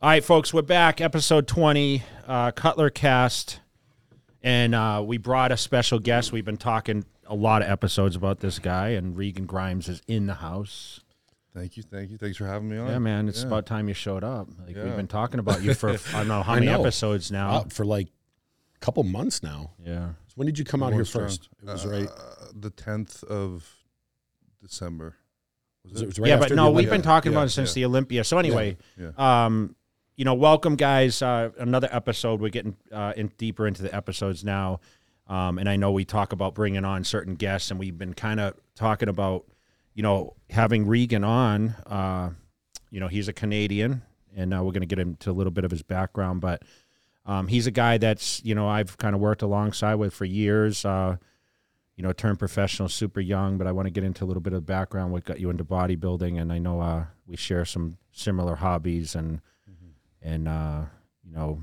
All right, folks, we're back. Episode 20, uh, Cutler Cast. And uh, we brought a special guest. We've been talking a lot of episodes about this guy, and Regan Grimes is in the house. Thank you, thank you. Thanks for having me on. Yeah, man, it's Oh, Yeah. about time you showed up. Like, We've Yeah. Uh, been talking about you for I don't know how I many know. episodes now. out for like a couple months now. Yeah. So when did you come out here Going strong. first? It was right. Uh, the tenth of December. was it- it was right yeah, after but the no, we've Olympics. been talking Yeah, about it since yeah. the Olympia. So anyway, Yeah. um, you know, welcome guys. Uh, another episode. We're getting uh, in deeper into the episodes now, um, and I know we talk about bringing on certain guests, and we've been kind of talking about, you know, having Regan on. Uh, you know, he's a Canadian, and uh, we're going to get into a little bit of his background, but um, he's a guy that's you know I've kind of worked alongside with for years. Uh, you know, turned professional super young, but I want to get into a little bit of background what got you into bodybuilding, and I know uh, we share some similar hobbies, and and uh, you know,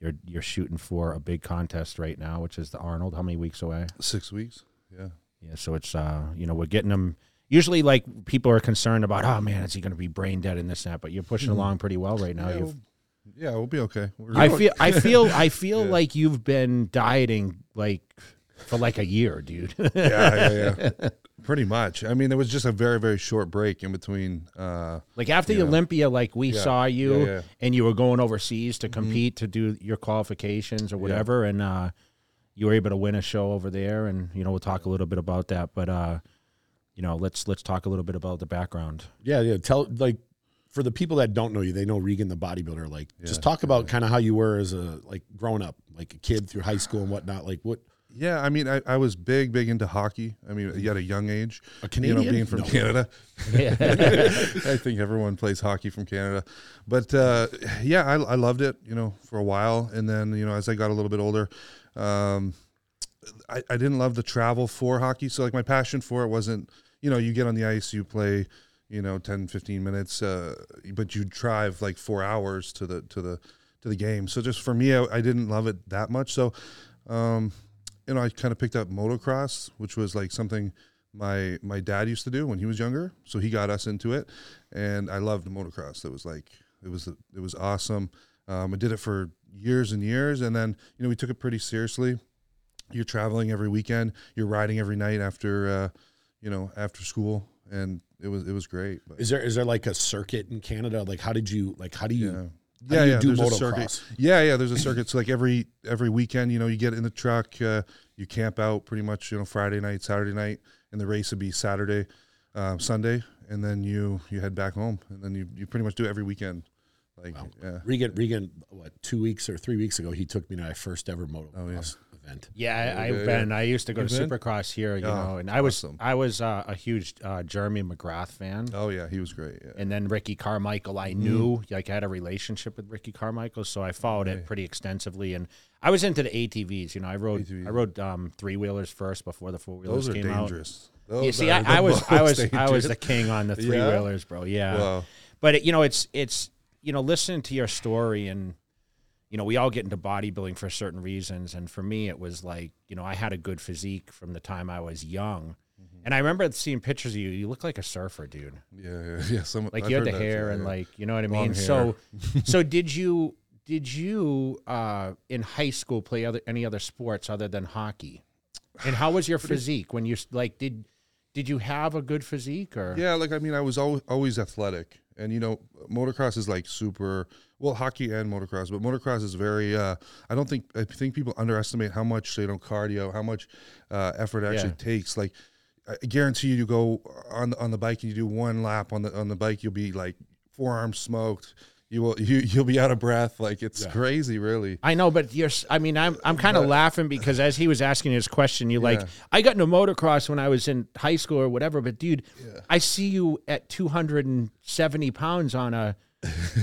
you're you're shooting for a big contest right now, which is the Arnold. How many weeks away? Six weeks. Yeah. Yeah, so it's uh, you know, we're getting them. Usually, like people are concerned about, oh man, is he going to be brain dead in this and that? But you're pushing along pretty well right now. yeah, You've we'll, yeah, we'll be okay. We're- I feel I feel I feel Yeah. like you've been dieting like for like a year, dude. yeah, yeah, yeah. Pretty much. I mean, there was just a very, very short break in between. Uh, like after Yeah. the Olympia, like we Yeah. saw you Yeah, Mm-hmm. yeah. and you were going overseas to compete to do your qualifications or whatever and uh you were able to win a show over there and you know we'll talk a little bit about that but uh you know let's let's talk a little bit about the background. Yeah, yeah. Tell like for the people that don't know you, they know Regan the bodybuilder. Like, just talk about kind of how you were as a like growing up, like a kid through high school and whatnot. Like, what yeah, I mean, I, I was big, big into hockey. I mean, at a young age. A Canadian? You know, being from No. Canada. I think everyone plays hockey from Canada, but uh, yeah, I, I loved it, you know, for a while, and then you know, as I got a little bit older, um, I, I didn't love to travel for hockey, so like my passion for it wasn't, you know, you get on the ice, you play, you know, 10, 15 minutes, uh, but you drive like four hours to the to the to the game. So just for me, I, I didn't love it that much. So, um, you know, I kind of picked up motocross, which was like something my my dad used to do when he was younger. So he got us into it, and I loved motocross. It was like it was it was awesome. Um, I did it for years and years, and then you know we took it pretty seriously. You're traveling every weekend. You're riding every night after uh, you know after school, and it was it was great. But, is there? Is there like a circuit in Canada? Like, how did you like? How do you? yeah. How do you do there's a circuit. motocross? Yeah, yeah. There's a circuit. So like every every weekend, you know, you get in the truck, uh, you camp out pretty much, you know, Friday night, Saturday night, and the race would be Saturday, um, Sunday, and then you you head back home, and then you you pretty much do it every weekend. Like yeah, Regan, Regan, what two weeks or three weeks ago, he took me to my first ever motocross Oh, event. Yeah, I, Yeah, I've yeah. been. I used to go to You've been? Supercross here, you Oh, know, and I was awesome. I was uh, a huge uh, Jeremy McGrath fan. oh yeah, he was great. Yeah. and then Ricky Carmichael Mm. I knew like I had a relationship with Ricky Carmichael so I followed it pretty extensively and I was into the ATVs you know I rode I rode um, three wheelers first before the four wheelers Those are came out dangerous. Those you see are the I, I was I most was I was the dangerous. king on the three wheelers bro yeah Wow. but it, you know it's it's you know listening to your story and you know we all get into bodybuilding for certain reasons and for me it was like you know I had a good physique from the time I was young Mm-hmm. and I remember seeing pictures of you you look like a surfer dude yeah, yeah, yeah. Some, like I've you had heard the that, hair yeah, and yeah. like you know what I Long mean. So, so did you did you uh, in high school play other any other sports other than hockey? And how was your physique when you s- like did did you have a good physique or Yeah, like I mean, I was always, always athletic, and you know, motocross is like super. Well, hockey and motocross, but motocross is very. Uh, I don't think I think people underestimate how much you know cardio, how much uh, effort it actually Yeah. takes. Like, I guarantee you, you go on the- on the bike and you do one lap on the on the bike, you'll be like forearm smoked. You will you you'll be out of breath. Like it's crazy, really. I know, but you're. s- I mean, I'm. I'm kind of laughing because as he was asking his question, you're like, I got into motocross when I was in high school or whatever. But dude, I see you at 270 pounds on a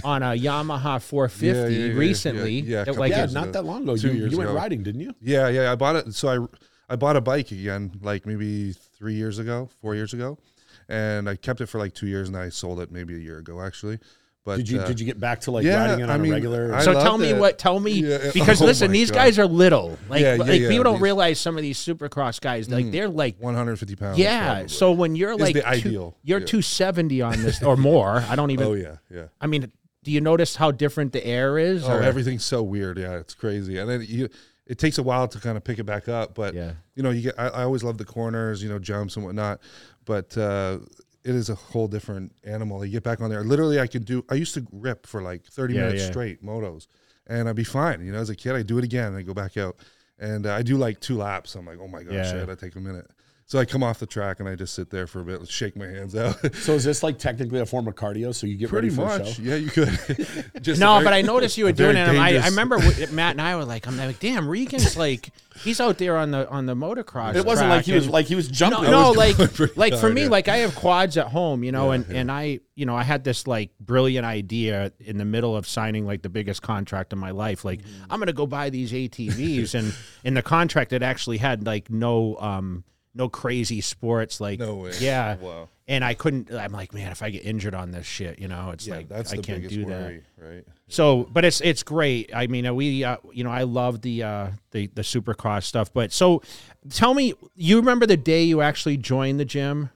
on a Yamaha 450 yeah, yeah, yeah, recently. yeah, a that, couple like, Yeah, years not ago. that long ago. Two You, years you went ago. riding, didn't you? Yeah, yeah. I bought it. So I, I bought a bike again, like maybe three years ago, four years ago, and I kept it for like two years, and I sold it maybe a year ago actually. But Did you uh, did you get back to like yeah, riding it on I mean, a regular? I- So tell loved me it. what. Tell me Yeah, yeah. because Oh listen, my these God. guys are little. Like, Yeah, yeah, like yeah, people don't these- Mm. realize some of these supercross guys. Like they're like, 150 pounds? yeah. probably. So when you're like, the two- ideal. you're Yeah. 270 on this or more. I don't even. oh yeah, yeah. I mean, do you notice how different the air is? Oh, everything's so weird. Yeah, it's crazy. And then you, it takes a while to kind of pick it back up. But Yeah. you know, you get, I, I always love the corners, you know, jumps and whatnot. But uh, it is a whole different animal. You get back on there. Literally, I could do. I used to rip for like thirty Yeah, minutes yeah. straight motos, and I'd be fine. You know, as a kid, I do it again and I go back out, and uh, I do like two laps. I'm like, oh my gosh, Yeah. I gotta take a minute. So I come off the track and I just sit there for a bit, shake my hands out. So is this like technically a form of cardio? So you get Pretty ready for the much, show? yeah, you could. just No, very- but I noticed you were very doing it. and I, I dangerous- remember w- Matt and I were like, I'm like, damn, Regan's like, he's out there on the on the motocross. It wasn't like track he was and- like he was no, jumping. no, was like, pretty like for hard, me, yeah. like I have quads at home, you know, and and I, you know, I had this like brilliant idea in the middle of signing like the biggest contract of my life. Like Mm-hmm. I'm gonna go buy these ATVs, and in the contract it actually had like no, um, no crazy sports, like No way. yeah, Wow. and I couldn't. I'm like, man, if I get injured on this shit, you know, it's Yeah, like that's I the can't biggest do that. worry, right? So, but it's it's great. I mean, uh, we uh, you know I love the uh, the the supercross stuff. But so, tell me, you remember the day you actually joined the gym,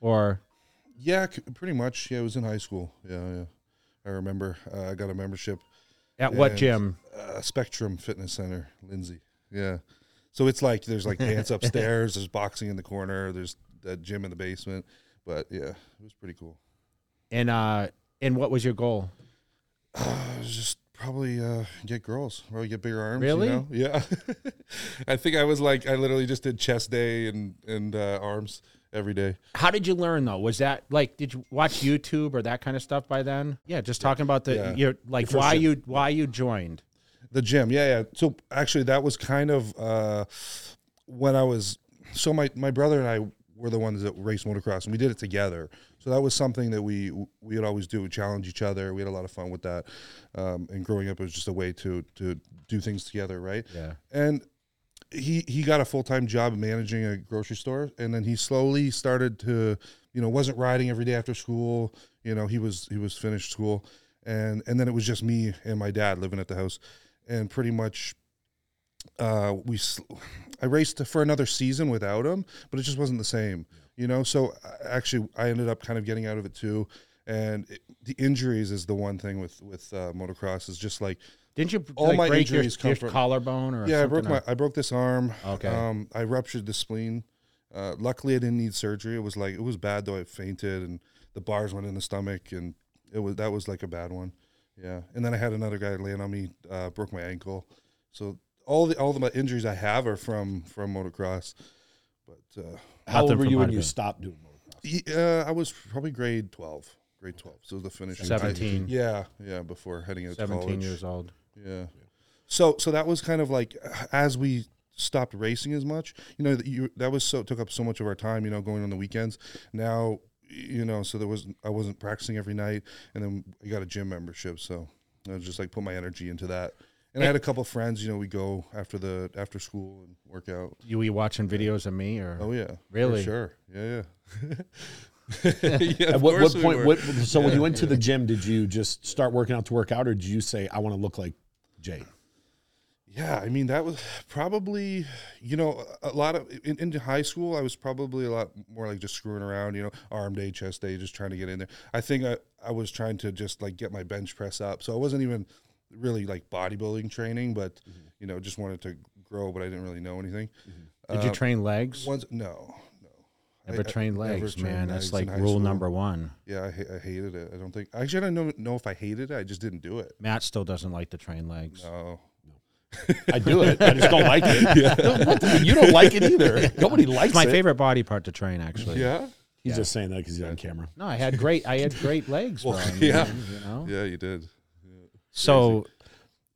or Yeah, c- pretty much. Yeah, it was in high school. Yeah, yeah. I remember. Uh, I got a membership, at what And- gym? uh, Spectrum Fitness Center, Lindsay. Yeah. So it's like there's like dance upstairs, there's boxing in the corner, there's that gym in the basement. But yeah, it was pretty cool. And uh, and what was your goal? I was just probably uh, get girls, probably get bigger arms. you Really? know? Yeah. I think I was like I literally just did chest day and and uh, arms every day. How did you learn though? Was that like did you watch YouTube or that kind of stuff by then? Yeah, just talking about the Yeah. your like first why gym. you why you joined. The gym, yeah, yeah. So actually, that was kind of uh, when I was. So my my brother and I were the ones that raced motocross, and we did it together. So that was something that we we would always do, challenge each other. We had a lot of fun with that. Um, and growing up, it was just a way to to do things together, right? Yeah. And he he got a full time job managing a grocery store, and then he slowly started to, you know, wasn't riding every day after school. You know, he was he was finished school, and and then it was just me and my dad living at the house, and pretty much, uh, we, sl- I raced for another season without him, but it just wasn't the same, you know. So I- actually, I ended up kind of getting out of it too, and it, the injuries is the one thing with with uh, motocross is just like Didn't you All like, my break your, injuries come your from- collarbone or yeah, I something broke or- my I broke this arm. Okay. Um, I ruptured the spleen. Uh, luckily, I didn't need surgery. It was like it was bad though. I fainted and the bars went in the stomach, and it was that was like a bad one. Yeah, and then I had another guy laying on me, uh, broke my ankle. So all the all the my injuries I have are from from motocross. But uh, How old Nothing were from you my when you bed. stopped doing motocross? y- uh, I was probably grade twelve, grade twelve. So the finishing I- 17. yeah, yeah, before heading out to seventeen college. years old? Yeah. So so that was kind of like uh, as we stopped racing as much, you know, that you that was so took up so much of our time, you know, going on the weekends. Now, you know, so there was I wasn't practicing every night, and then I got a gym membership, so I was just like put my energy into that. And I had a couple friends, you know, we go after the after school and work out. You were you watching videos of me or? Oh yeah, for Really? sure, yeah, yeah. yeah At of what, course what we point? were. What, so when you went to the gym, did you just start working out to work out, or did you say I want to look like Jay? Yeah, I mean that was probably you know a a lot of in, into high school I was probably a lot more like just screwing around, you know, arm day, chest day, just trying to get in there. I think I, I was trying to just like get my bench press up, so I wasn't even really like bodybuilding training, but you know just wanted to grow, but I didn't really know anything. Uh, Did you um, train legs? Once no, no, Never I- I- train never legs, trained man. That's legs like in high rule school. number one. yeah, I, ha- I hated it. I don't think actually I don't know know if I hated it. I just didn't do it. Matt still doesn't like to train legs. Oh, I do it. I just don't like it. What the- you don't like it either. Nobody likes It's my it. favorite body part to train, actually. yeah, He's just saying that because he's on camera. No, I had great, I had great legs, bro. I mean, yeah. you know. yeah, you did, So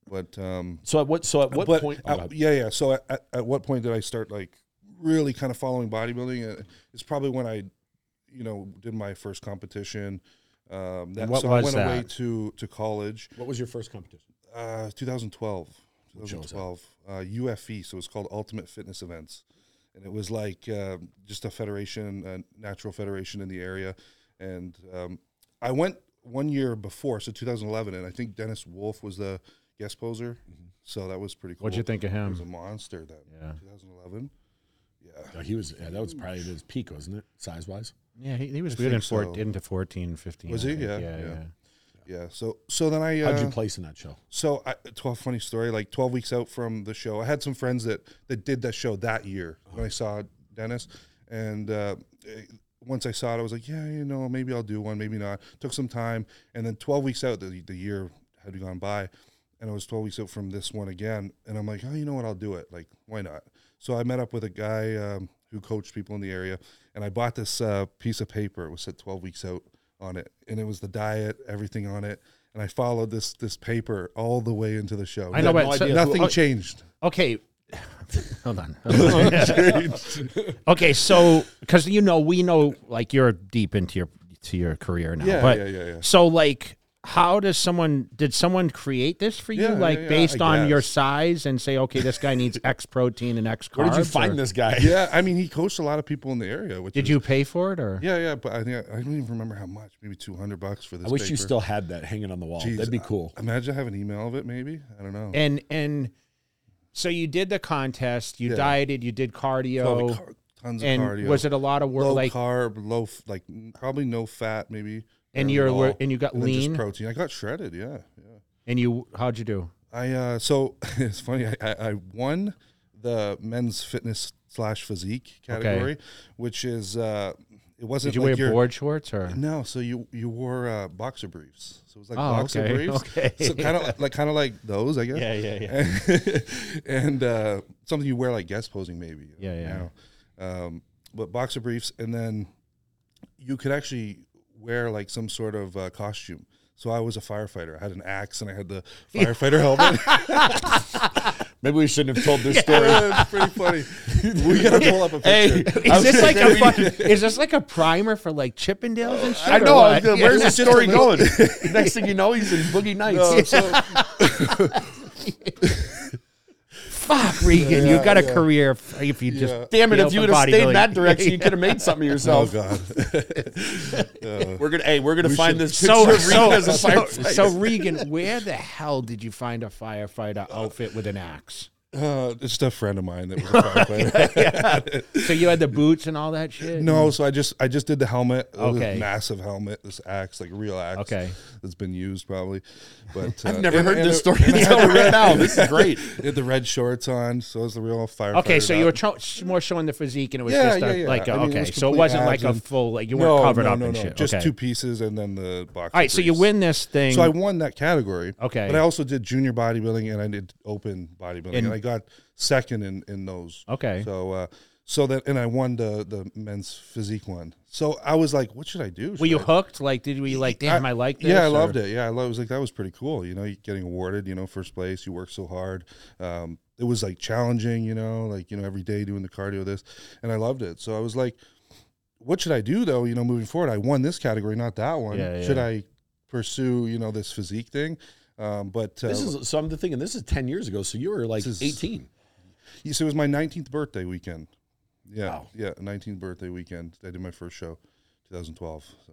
but um, So at what? So at what but point? at- oh, God. yeah, yeah. So at- at, at what point did I start like really kind of following bodybuilding? Uh, It's probably when I, you know, did my first competition. Um, that, what so I was went away that? to to college, what was your first competition? uh, 2012, Which show was 2012, uh, UFE. So it's called Ultimate Fitness Events, and it was like um, just a federation, a natural federation in the area, and um, I went one year before, so 2011, and I think Dennis Wolf was the guest poser. So that was pretty cool. Mm-hmm. what'd you think of He was a him? monster then. Yeah. 2011. Yeah. No, he was. Yeah, that was probably his peak, wasn't it? Size wise. Yeah, he, he was I good in think four, so. into 14, 15. Was I he? think. Yeah, yeah, yeah. Yeah. So so then I uh, How'd you place in that show? so I, 12 funny story like 12 weeks out from the show i had some friends that that did that show that year when i saw dennis and uh, eh, once i saw it i was like yeah you know maybe i'll do one maybe not took some time and then 12 weeks out the, the year had gone by and i was 12 weeks out from this one again and i'm like oh you know what i'll do it like why not so i met up with a guy um, who coached people in the area and i bought this uh, piece of paper it was said 12 weeks out on it and it was the diet everything on it and i followed this this paper all the way into the show I know, No- but so- nothing oh, changed Okay. Hold on. okay, so because you know we know like you're deep into your to your career now, Yeah, but yeah, yeah, yeah. so like how does someone did someone create this for you Yeah, yeah, like yeah, based I on your guess. size and say okay this guy needs X protein and X carbs? Where did you find or- this guy? yeah i mean he coached a lot of people in the area which Did is- you pay for it or? yeah yeah but i think i, I don't even remember how much maybe 200 bucks for this I wish you paper. still had that hanging on the wall. Jeez, That'd be I- cool. imagine i have an email of it maybe i don't know And and so you did the contest, you Yeah. dieted, you did cardio, Probably car- tons of and cardio was it a lot of work low like carb low f- like n- probably no fat maybe and or you're at were- all. and you got and then just lean protein i got shredded yeah yeah and you how'd you do? I uh, so it's funny. I, I, I won the men's fitness slash physique category, which is uh, it wasn't. Did you like wear your- board shorts or? No, so you you wore uh, boxer briefs. So it was like Oh, boxer okay, briefs. okay. So kind of like kind of like those, I guess. Yeah, yeah, yeah. and uh, something you wear like guest posing maybe. Yeah, yeah. now. Um, but boxer briefs, and then you could actually wear like some sort of uh, costume. So I was a firefighter. I had an axe and I had the firefighter helmet. Maybe we shouldn't have told this story. Yeah, it's pretty funny. We gotta pull up a Hey, picture. Is this like a fucking, is this like a primer for like Chippendales and shit? I or know. I was what? gonna- Yeah. Where's this Just a story little- going? Next thing you know, he's in Boogie Nights. No, so- Fuck Regan, you got a career if, if you just Yeah. Damn it! Yeah, If you open would have stayed bodybuilding. in that direction, you could have made something of oh yourself. god. we're gonna, hey, we're gonna find should- this picture So, of Regan so, as a so, firefighter. so Regan, where the hell did you find a firefighter outfit with an axe? Uh, just a friend of mine that was a firefighter. So you had the boots and all that shit. No, so I just I just did the helmet. It was a Okay. massive helmet. This axe, like a real axe. Okay. That's been used probably. But uh, I've never and- heard and this it- story until right now. This is great. it had the red shorts on, so it was the real firefighter. Okay, so you were hat. tro- sh- more showing the physique, and it was Yeah, just a, yeah, yeah. like a, I mean, it okay, was so it complete wasn't like a abs and- full like you weren't no, covered no, up no, and no. shit. Just okay. two pieces and then the box. All right, so you win this thing. So I won that category. Okay. But I also did junior bodybuilding and I did open bodybuilding and, And- I got second in, in those. Okay. So uh so that and I won the the men's physique one. So I was like, what should I do? were Should you I- hooked? Like, did we like? Damn, I, like this. yeah, I or- loved it. Yeah, I lo- was like that was pretty cool. You know, you getting awarded. You know, first place. You work so hard. Um, it was like challenging. You know, like you know every day doing the cardio this, and I loved it. So I was like, what should I do though? You know, moving forward, I won this category, not that one. Yeah, Should yeah. I pursue you know this physique thing? Um, but uh, This is so. I'm thinking this is ten years ago. So you were like This is- 18. you see, it was my 19th birthday weekend. Yeah, Wow. yeah, 19th birthday weekend. I did my first show, 2012. So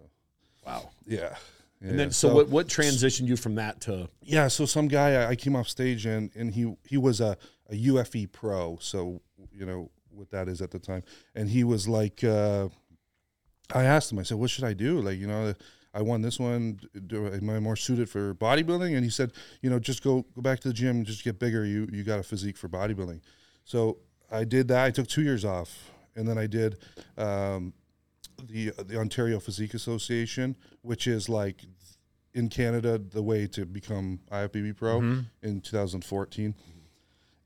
Wow. yeah. Yeah, And then, so, what, what transitioned you from that to? yeah so some guy I- i came off stage and and he he was a, a ufe pro so you know what that is at the time and he was like uh i asked him i said what should i do like you know i won this one do, am i more suited for bodybuilding and he said you know just go go back to the gym just get bigger you you got a physique for bodybuilding so i did that i took two years off and then i did um the the Ontario Physique Association, which is like in Canada the way to become IFBB pro Mm-hmm. in 2014.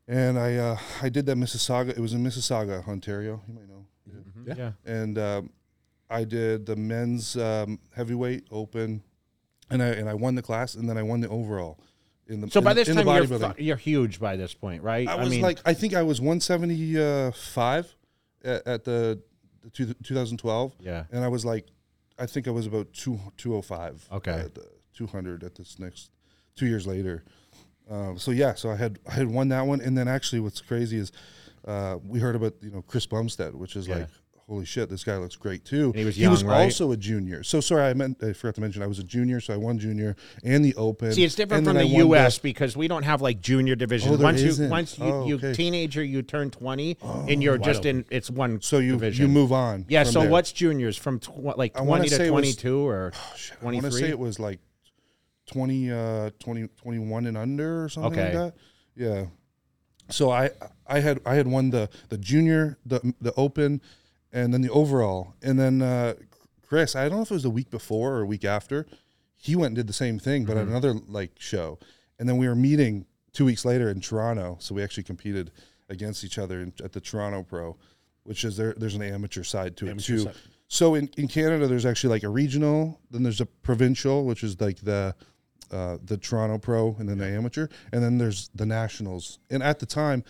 And I uh, I did that Mississauga. It was in Mississauga, Ontario. You might know. Yeah. And um, I did the men's um, heavyweight open, and I and I won the class, and then I won the overall. In the So in by the- this in time the you're bodybuilding. fu- you're huge by this point, right? I was like, I think I was 175 at, at the, the two, 2012. Yeah. And I was like, I think I was about two, 205. Okay. At the 200 at this next, two years later. Um, so yeah, so I had I had won that one, and then actually, what's crazy is uh, we heard about you know Chris Bumstead, which is like holy shit, this guy looks great too. he was he was young, right? also a junior. So sorry, I meant I forgot to mention I was a junior, so I won junior and the open. See, it's different and from then the I won U.S. because we don't have like junior division. Oh, there once you isn't. once you, Oh, you okay. Oh, teenager, you turn twenty, and you're just in it's one. So you division. you move on. Yeah. from So there. what's juniors from tw- like wanna twenty to say it was- twenty Oh, two or I twenty want to say three? it was like 20, uh, 20 21 and under or something Okay. like that. Yeah. So I I had I had won the the junior, the the open, and then the overall. And then uh, Chris, I don't know if it was the week before or a week after, he went and did the same thing, but at another like show. And then we were meeting two weeks later in Toronto, so we actually competed against each other in, at the Toronto Pro, which is there. There's an amateur side to it too. So in, in Canada, there's actually like a regional, then there's a provincial, which is like the uh, the Toronto Pro, and then the amateur, and then there's the nationals. And at the time,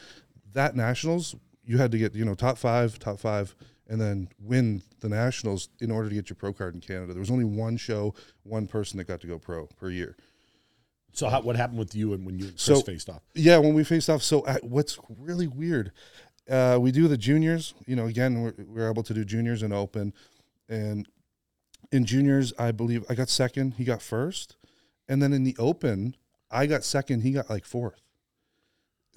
that nationals, you had to get you know top five, top five, and then win the nationals in order to get your pro card in Canada. There was only one show, one person that got to go pro per year. So how, what happened with you and when you and Chris So- faced off? Yeah, when we faced off. So uh what's really weird, uh, we do the juniors. You know, again, we're, we're able to do juniors and open, and in juniors, I believe I got second. He got first, and then in the open, I got second. He got like fourth.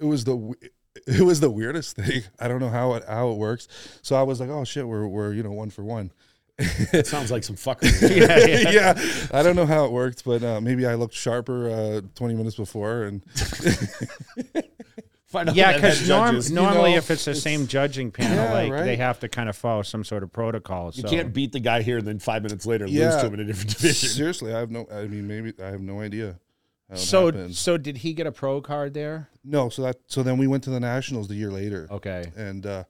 It was the w- it was the weirdest thing. I don't know how it how it works. So I was like, oh shit, we're we're you know one for one. It sounds like some fuckery. yeah, I don't know how it worked, but uh, maybe I looked sharper uh, twenty minutes before, and Find out Yeah, who that head because judge norm, is. normally know, if it's the same judging panel, Yeah, like right. they have to kind of follow some sort of protocol. So you can't beat the guy here and then five minutes later lose Yeah. to him in a different division. Seriously, I have no. I mean, maybe I have no idea. How it so happened. so did he get a pro card there? no, so that so then we went to the nationals the year later, Okay, and uh,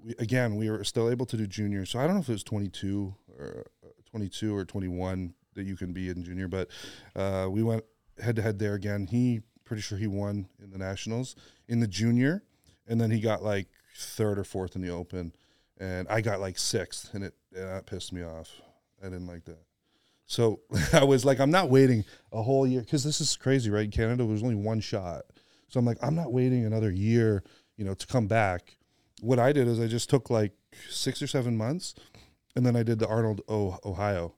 we, again we were still able to do junior. So I don't know if it was twenty two or twenty two or twenty one that you can be in junior, but uh, we went head to head there again. He pretty sure he won in the nationals in the junior, and then he got like third or fourth in the open, and I got like sixth, and it and that pissed me off. I didn't like that. So I was like, I'm not waiting a whole year because this is crazy, right? Canada was only one shot. So I'm like, I'm not waiting another year, you know, to come back. What I did is I just took like six or seven months, and then I did the Arnold, o- Ohio,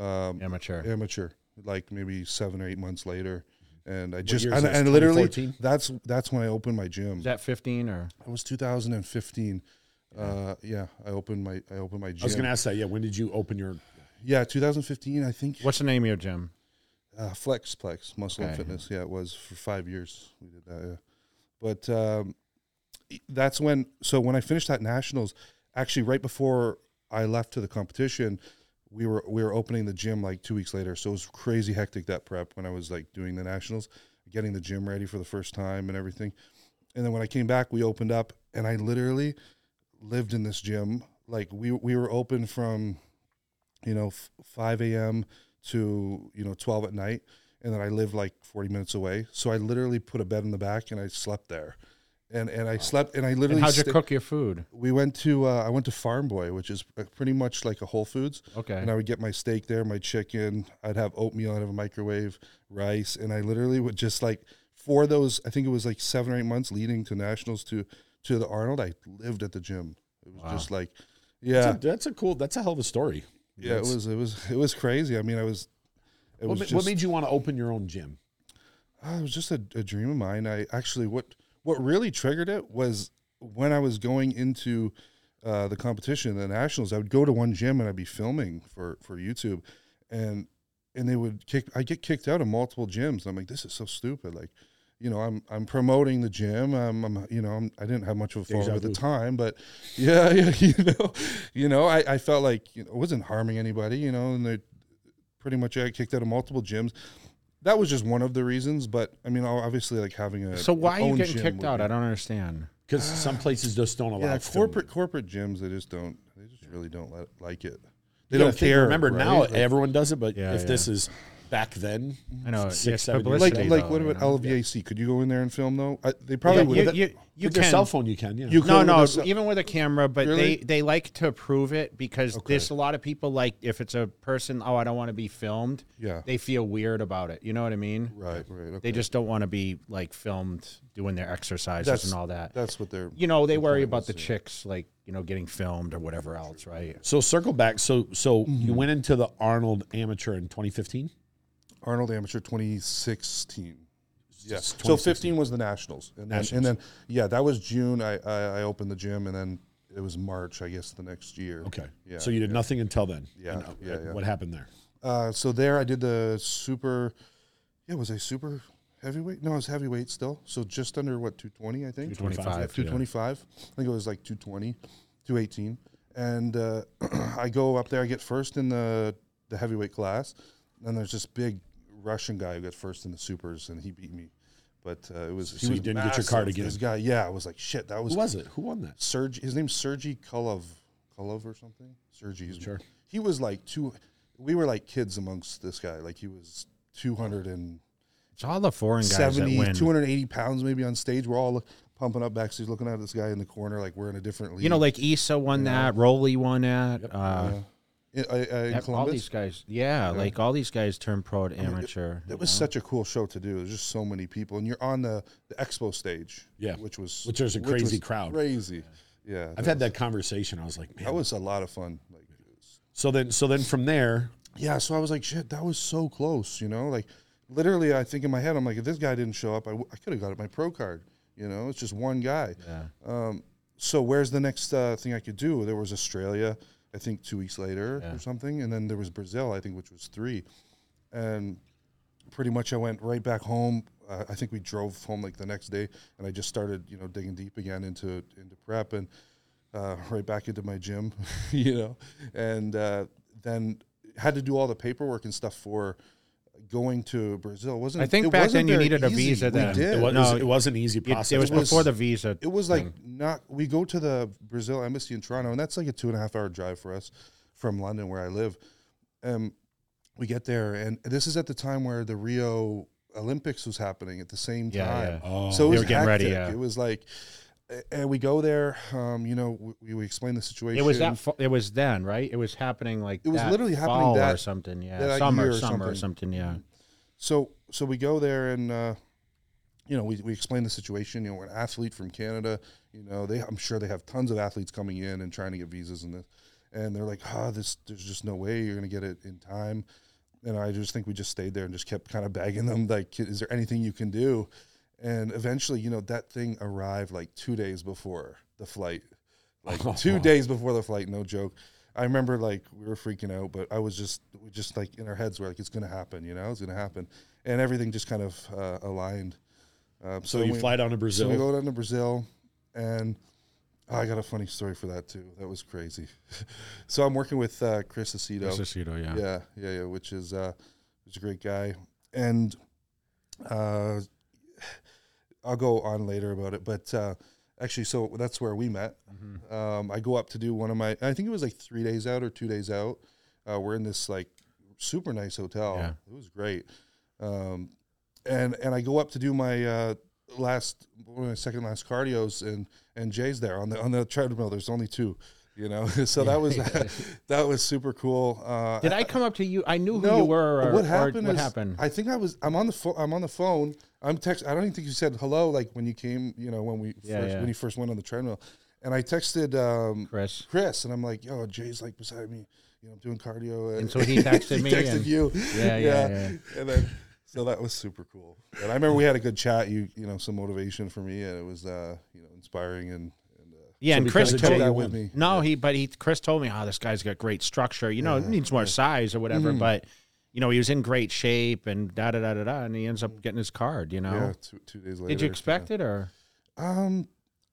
um, amateur. amateur, like maybe seven or eight months later. And I just year is and, this, and literally 2014? that's that's when I opened my gym. Is that fifteen or It was 2015. Uh, yeah, I opened my I opened my gym. I was going to ask that. Yeah, when did you open your? yeah, 2015. I think what's the name of your gym? Uh, Flex, Plex, Muscle and Okay. Fitness. Yeah, it was for five years. We did that. Yeah. But um, e- that's when, so when I finished that nationals, actually right before I left to the competition, we were we were opening the gym like two weeks later. So it was crazy hectic that prep when I was like doing the nationals, getting the gym ready for the first time and everything. And then when I came back, we opened up, and I literally lived in this gym. Like we we were open from, you know, f- five a.m. to you know twelve at night, and then I lived like forty minutes away. So I literally put a bed in the back and I slept there, and and I slept and I And literally. how'd you sta- cook your food? we went to uh, I went to Farm Boy, which is uh, pretty much like a Whole Foods. Okay, And I would get my steak there, my chicken. I'd have oatmeal. I'd have a microwave, rice, and I literally would just like for those. I think it was like seven or eight months leading to nationals to to the Arnold. I lived at the gym. It was just like, yeah, That's, a, that's a cool. That's a hell of a story. yeah. It was it was it was crazy. I mean, I was. It What, was ma- just, what made you want to open your own gym? Ah, it was just a, a dream of mine. I actually what what really triggered it was when I was going into uh, the competition, the nationals. I would go to one gym and I'd be filming for for YouTube, and and they would kick. I get kicked out of multiple gyms. And I'm like, this is so stupid. Like, you know, I'm I'm promoting the gym. I'm, I'm you know, I'm, I didn't have much of a following Deja at the vu. time, but yeah, yeah, you know, you know, I, I felt like you know, I wasn't harming anybody. You know, and they pretty much I got kicked out of multiple gyms. That was just one of the reasons, but I mean, obviously, like having a so why are you own getting gym kicked would out? be- I don't understand. Because some places just don't allow yeah, film. corporate corporate gyms, they just don't, they just really don't let, like it. They You don't gotta think, care. Remember right? now, Like- everyone does it, but Yeah, if yeah. this is back then, I know six, it's seven years like publicity. like today, though, what uh, you about know? LVAC? Could you go in there and film though? I, they probably would. you, you, you with can. your cell phone, you can. Yeah, You No, could no, with a- even with a camera, but they Really? they like to approve it because there's a lot of people like if it's a person, oh, I don't want to be filmed. Yeah. they feel weird about it. You know what I mean? right, right. Okay. They just don't want to be like filmed doing their exercises and all that. That's what they're. you know, they worry about the chicks like you know getting filmed or whatever else, right? So circle back. So so Mm-hmm. you went into the Arnold Amateur in 2015. Arnold Amateur 2016. Yeah. It's So 15 was the nationals, and then, Nationals. and then yeah, that was June. I, I I opened the gym, and then it was March, I guess, the next year. Okay. Yeah. so you did nothing until then. Yeah, And, uh, yeah, yeah. What happened there? Uh, so there, I did the super Yeah, was I super heavyweight? No, I was heavyweight still. So just under what, 220, I think? 225, 225. I think it was like 220, 218. And uh, I go up there, I get first in the, the heavyweight class. And there's this big Russian guy who got first in the supers, and he beat me. But uh, it was. So you was didn't get your massive. card again? This guy, yeah, I was like, shit, that was. Who was it? Who won that? Serge. His name's Sergey Kulov, Kulov or something. Sergey. he's- Sure. He was like two. We were like kids amongst this guy. Like he was 270, It's all the foreign guys that win. 280 pounds maybe on stage. We're all pumping up backstage, looking at this guy in the corner, like we're in a different league. You know, like Issa won that, Roley won that. Uh, in, uh, uh, in that- all Columbus. these guys, yeah, like all these guys turned pro to amateur. it was such a cool show to do. There's just so many people, and you're on the, the expo stage. Yeah. which was Which there's a crazy crowd. Crazy, yeah. I've that, had that conversation. I was like, man. that was a lot of fun. Like, it was- So then, so then from there, yeah, so I was like, shit, that was so close, you know? Like, literally, I think in my head, I'm like, if this guy didn't show up, I, w- I could have got my pro card, you know? It's just one guy. Yeah. Um, so, where's the next uh, thing I could do? There was Australia, I think two weeks later or something. And then there was Brazil, I think, which was three. And pretty much I went right back home. Uh, I think we drove home like the next day, and I just started, you know, digging deep again into into prep and uh, right back into my gym, you know, and uh, then had to do all the paperwork and stuff for going to Brazil. It wasn't I think it back wasn't then you very needed a easy. visa We then. did. it, It was, was, No, it was an easy It- process. it, was was- before the visa. like not. We go to the Brazil embassy in Toronto, and that's like a two and a half hour drive for us from London, where I live. Um, we get there, and this is at the time where the Rio Olympics was happening at the same Yeah, time. yeah. oh, so it they was were getting ready, hectic. yeah. It was like, a- and we go there. Um, you know, we, we explain the situation. It was that. fa- It was then, right? It was happening like It was that literally happening fall or that- something. Yeah, that summer, year or summer, or something. something. Yeah, so so we go there and uh, you know we, we explain the situation you know we're an athlete from canada you know they i'm sure they have tons of athletes coming in and trying to get visas and this and they're like ah this there's just no way you're going to get it in time and i just think we just stayed there and just kept kind of begging them like is there anything you can do and eventually you know that thing arrived like two days before the flight like two days before the flight no joke i remember like we were freaking out but i was just we just like in our heads we're like it's gonna happen you know it's gonna happen and everything just kind of uh, aligned um, So you we- fly down to so Brazil. we go down to Brazil, and oh, I got a funny story for that too. That was crazy. so I'm working with uh, Chris Aceto. yeah. Yeah, yeah, yeah. Which is uh, he's a great guy, and uh, I'll go on later about it. But uh, actually, so that's where we met. Mm-hmm. Um, I go up to do one of my. I think it was like three days out or two days out. Uh, we're in this like super nice hotel. Yeah. It was great. Um, and and I go up to do my uh, last one of my second last cardios and and Jay's there on the on the treadmill. There's only two, you know. so that was that was super cool. Uh, Did I come up to you? I knew who no, you were. Or, what happened? Or what is- happened? I think I was. I'm on the phone. I'm on the phone. I'm text. I don't even think you said hello. Like when you came, you know, when we Yeah, first, yeah. when you first went on the treadmill, and I texted um, Chris. Chris, and I'm like, yo, Jay's like beside me. You know, I'm doing cardio, And so he texted me texted and- you. Yeah, yeah, yeah. And then, so that was super cool. And I remember we had a good chat. You, you know, some motivation for me, and it was, uh, you know, inspiring and. and uh, Yeah, and Chris kinda told took that with me. No, he but he Chris told me, oh, this guy's got great structure. You know, it needs more size or whatever. Mm. But you know, he was in great shape and da da da da da, and he ends up getting his card. You know, Mm. Yeah, two, two days later. did you expect it or? Um,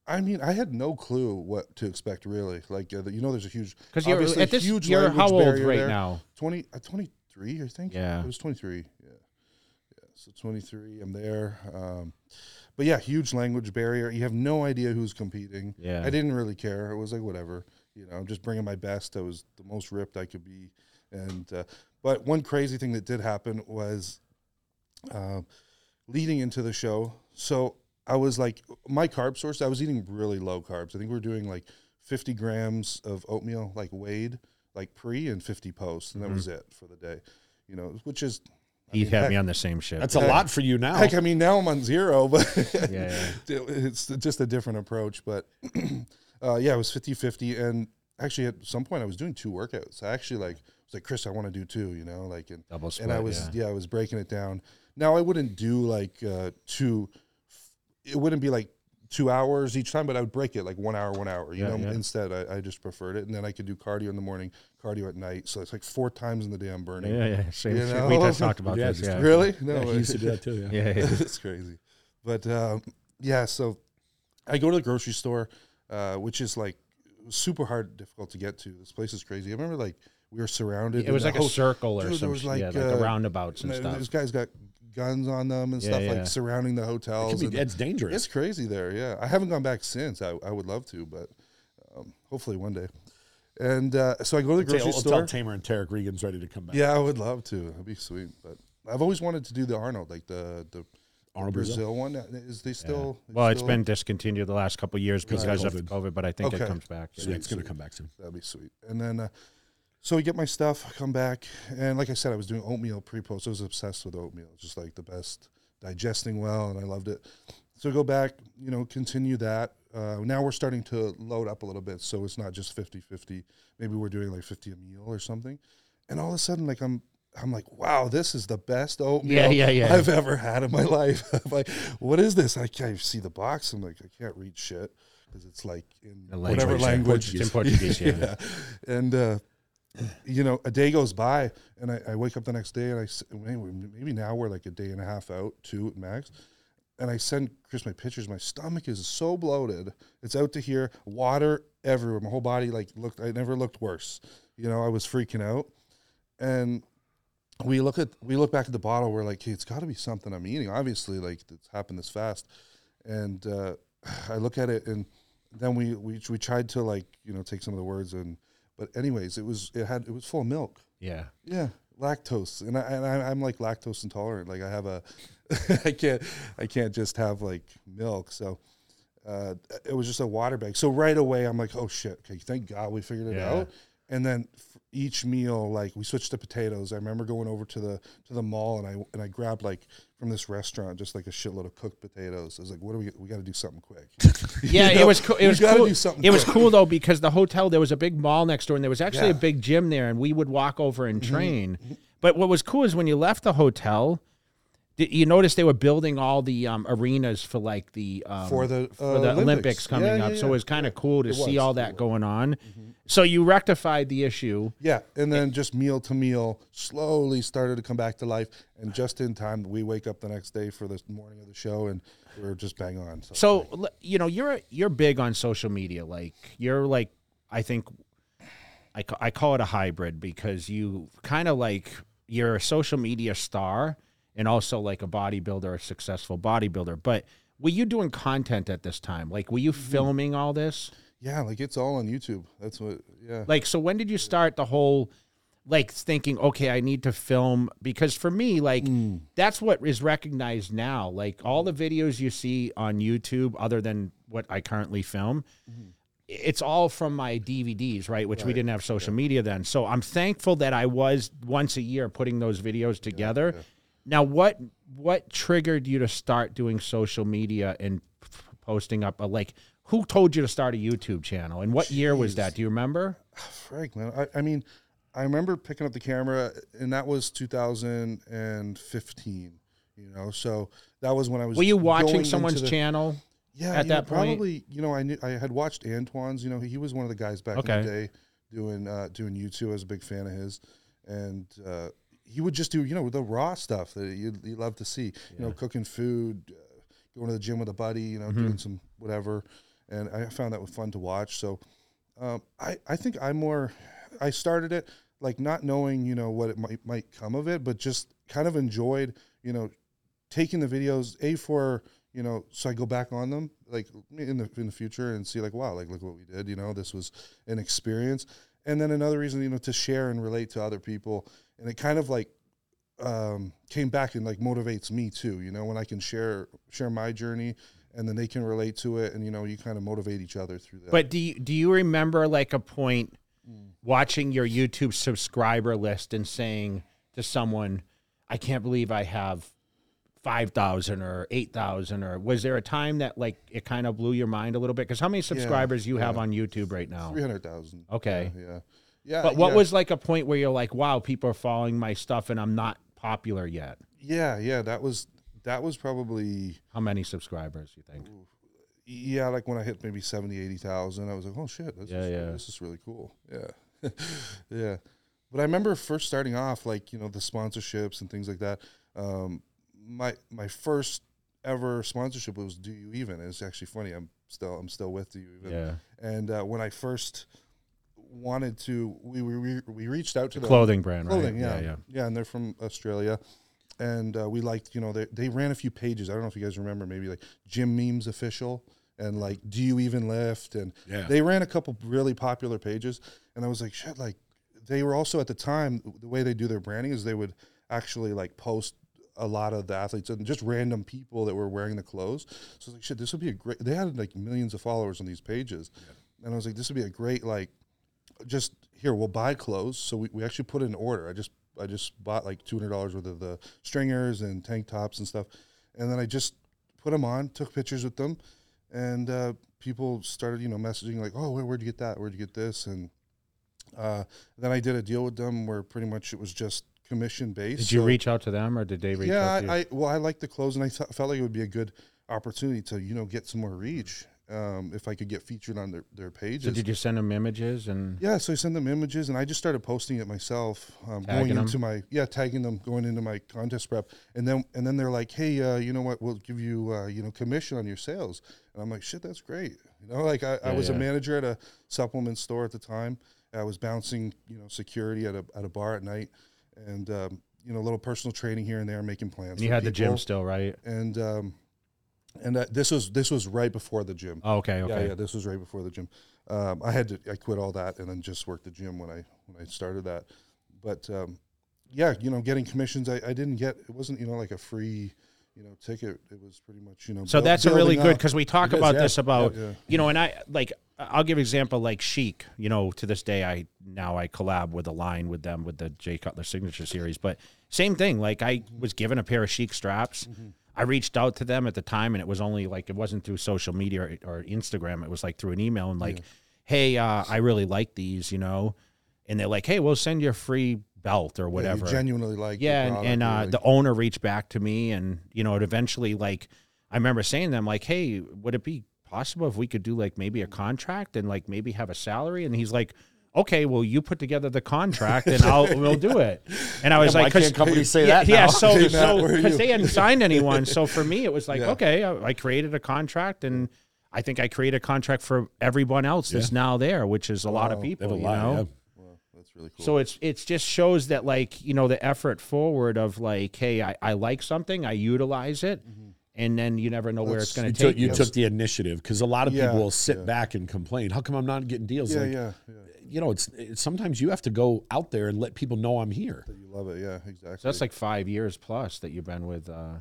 I mean, I had no clue what to expect really. Like, uh, you know, there's a huge 'Cause you're- obviously at this- huge you're language how old barrier right there. now? 20, uh, 23, I think. Yeah. it was 23. Yeah, yeah. So 23, I'm there. Um, but yeah, huge language barrier. You have no idea who's competing. Yeah. I didn't really care. It was like whatever. You know, I'm just bringing my best. I was the most ripped I could be, and uh, but one crazy thing that did happen was um, leading into the show. So I was like, my carb source, I was eating really low carbs. I think we were doing like 50 grams of oatmeal, like weighed, like pre and 50 post. And that was it for the day, you know, which is, He mean, Mm-hmm. had heck- me on the same ship. That's a lot for you now. heck, I mean, now I'm on zero, but yeah. it's just a different approach. But uh, yeah, it was 50 50. And actually, at some point, I was doing two workouts. I actually like, was like, Chris, I want to do two, you know, like, and double split. and I was yeah. I was breaking it down. Now I wouldn't do like uh, two. It wouldn't be like two hours each time, but I would break it like one hour, one hour. You Yeah, know, yeah. instead I, I just preferred it, and then I could do cardio in the morning, cardio at night. So it's like four times in the day I'm burning. Yeah, yeah. Same You shit. know? We just talked about Yeah, this. just- Yeah. Really? No, he used to do that too. Yeah. yeah, yeah. it's crazy. But um, yeah, so I go to the grocery store, uh, which is like super hard, difficult to get to. This place is crazy. I remember like we were surrounded. It was in like the a whole- circle or Dude, there some was shit. yeah, like, like uh, the roundabouts and and These stuff. guys got guns on them and Yeah, stuff yeah. like surrounding the hotels. It could and- be, it's dangerous. it's crazy there. Yeah, I haven't gone back since. I, I would love to, but um, hopefully one day. And uh, so I go to the Tell- grocery tell store. Tamer and Tarek Regan's ready to come back. Yeah, I would love to. That'd be sweet. But I've always wanted to do the Arnold, like the the Arnold Brazil, Brazil? one. Is they still? Well, it's still- been discontinued the last couple of years because of COVID, but I think Okay. it comes back. So it's going to come back soon. that'd be sweet. And then, uh, so we get my stuff, I come back, and like I said, I was doing oatmeal pre post. I was obsessed with oatmeal, just like the best, digesting well, and I loved it. So go back, you know, continue that. Uh, now we're starting to load up a little bit, so it's not just 50 50. Maybe we're doing like 50 a meal or something. And all of a sudden, like I'm. I'm like, wow, this is the best oatmeal Yeah, yeah, yeah. I've ever had in my life. I'm like, what is this? I can't see the box. I'm like, I can't read shit because it's like in The whatever language, yeah. language It's in Portuguese, yeah. and uh, you know, a day goes by, and I, I wake up the next day, and I s- maybe maybe now we're like a day and a half out, two at max. And I send Chris my pictures. My stomach is so bloated; it's out to here. Water everywhere. My whole body like looked. I never looked worse. You know, I was freaking out, and we look at we look back at the bottle. We're like, hey, it's got to be something I'm eating. Obviously, like it's happened this fast. And uh, I look at it, and then we, we we tried to like you know take some of the words and but anyways, it was it had it was full of milk. Yeah. Yeah, lactose, and I and I, I'm like lactose intolerant. Like I have a, I can't I can't just have like milk. So. Uh, it was just a water bag. So right away, I'm like, "Oh shit! Okay, thank God we figured it Yeah. out." And then f- each meal, like we switched to potatoes. I remember going over to the to the mall and I and I grabbed like from this restaurant just like a shitload of cooked potatoes. I was like, "What do we? We got to do something quick." Yeah, it You know, was cool. It you was gotta cool. do something It was quick. cool though because the hotel there was a big mall next door, and there was actually Yeah. Mm-hmm. a big gym there, and we would walk over and train. But what was cool is when you left the hotel, di- you noticed they were building all the um, arenas for like the um, For the, for uh, the Olympics, Olympics. coming Yeah, up. yeah, So it yeah. was kind of cool to It see was, all it that was. Mm-hmm. going on. So you rectified the issue. Yeah, and then just meal to meal slowly started to come back to life, and just in time, we wake up the next day for the morning of the show, and we're just bang on. So, So l- you know you're you're big on social media. Like you're like I think I ca- I call it a hybrid because you kind of like you're a social media star and also like a bodybuilder, a successful bodybuilder. But were you doing content at this time? Like were you Mm-hmm. filming all this? yeah, like it's all on YouTube. That's what. Yeah, Like, so when did you start the whole like thinking, okay, I need to film? Because for me, like, that's what is recognized now. Like, all the videos you see on YouTube, other than what I currently film, it's all from my DVDs, right? Which we didn't have social media then. So I'm thankful that I was once a year putting those videos together. Now, what what triggered you to start doing social media and f- posting up? A, like, who told you to start a YouTube channel? And what year was that? Do you remember? Ah, Frank, man. I, I mean, I remember picking up the camera, and that was 2015. You know, so that was when I was. Were you going watching into someone's the- channel? Yeah, at you know, that point? probably. You know, I knew I had watched Antoine's. You know, he was one of the guys back in Okay. the day doing uh, doing YouTube. I was a big fan of his, and uh, he would just do you know the raw stuff that you you love to see. You know, cooking food, uh, going to the gym with a buddy. You Mm-hmm. know, doing some whatever, and I found that was fun to watch. So, um, I I think I more I started it like not knowing you know what it might might come of it, but just kind of enjoyed you know taking the videos a for you know so i go back on them like in the in the future and see like wow like look what we did you know this was an experience and then another reason you know to share and relate to other people and it kind of like um, came back and like motivates me too you know when i can share share my journey and then they can relate to it and you know you kind of motivate each other through that But do you, do you remember like a point watching your YouTube subscriber list and saying to someone, "I can't believe I have five thousand or eight thousand or was there a time that like it kind of blew your mind a little bit? Because how many subscribers you have on YouTube right now? 300000 Okay, yeah yeah but what yeah. was like a point where you're like, "Wow, people are following my stuff and I'm not popular yet." yeah yeah that was that was probably How many subscribers you think? yeah, like when I hit maybe 70, 80,000, I was like, oh shit, this, Yeah, is, yeah. this is really cool. Yeah. yeah. But I remember first starting off, like, you know, the sponsorships and things like that. Um, my my first ever sponsorship was Do You Even? It's actually funny. I'm still I'm still with Do You Even. Yeah. And uh, when I first wanted to, we we, we reached out to them. Clothing brand, Clothing, right? yeah. yeah, yeah, and they're from Australia, and uh, we liked, you know, they they ran a few pages. I don't know if you guys remember, maybe like Jim Memes official and like Do You Even Lift, and Yeah. they ran a couple really popular pages, and I was like, shit, like they were also at the time the way they do their branding is they would actually like post a lot of the athletes and just random people that were wearing the clothes. So I was like, shit, this would be a great. They had like millions of followers on these pages, and I was like, this would be a great like just here we'll buy clothes so we, we actually put in an order i just i just bought like $200 worth of the stringers and tank tops and stuff and then i just put them on took pictures with them and uh, people started you know messaging like oh where, where'd you get that where'd you get this and uh, then i did a deal with them where pretty much it was just commission based Did you reach out to them or did they reach yeah, out to you? I, I well, I liked the clothes, and I th- felt like it would be a good opportunity to you know get some more reach um, if I could get featured on their their pages. so did you send them images and Yeah, so I sent them images, and I just started posting it myself, um, going Tagging 'em? into my yeah, tagging them, going into my contest prep, and then and then they're like, hey, uh, you know what? We'll give you uh, you know commission on your sales, and I'm like, shit, that's great. You know, like I, I Yeah, was a yeah. manager at a supplement store at the time. I was bouncing you know security at a at a bar at night, and um, you know a little personal training here and there, making plans. and you for had the gym people. still, right? and um, and uh, this was this was right before the gym. Oh, okay, okay. Yeah, yeah. This was right before the gym. Um, I had to I quit all that and then just worked the gym when I when I started that. But um, yeah, you know, getting commissions, I, I didn't get it wasn't you know like a free you know ticket. It was pretty much you know. So buil- that's a really building good up. because we talk It is, about yeah. this about Yeah, yeah. you know, and I like I'll give example like Chic. You know, to this day, I now I collab with a line with them with the Jay Cutler Signature Series, but same thing. Like I Mm-hmm. was given a pair of Chic straps. I reached out to them at the time, and it was only like it wasn't through social media or, or Instagram. It was like through an email and like, hey, uh, I really like these, you know, and they're like, hey, we'll send you a free belt or Yeah, you whatever. genuinely like the Yeah, and, product, and you uh, like- the owner reached back to me, and you know, it eventually like I remember saying to them like, "Hey, would it be possible if we could do like maybe a contract and like maybe have a salary?" And he's like, "Okay, well, you put together the contract, and I'll we'll do it." And I was why like, 'cause- can't companies say yeah, that yeah, now? so Hey, Matt, so where are because you? they hadn't signed anyone, so for me it was like, Yeah. okay, I, I created a contract and. I think I created a contract for everyone else that's now there, which is a lot of They people. have a you lot. know? yeah. Wow, that's really cool. So it's it's just shows that like you know the effort forward of like hey I, I like something I utilize it Mm-hmm. and then you never know where it's going You, to take took, you took the initiative because a lot of Yeah, people will sit yeah. back and complain. How come I'm not getting deals? yeah, Like, yeah, yeah. You know, it's, it's sometimes you have to go out there and let people know I'm here. You love it. Yeah, exactly. so that's like five years plus that you've been with uh,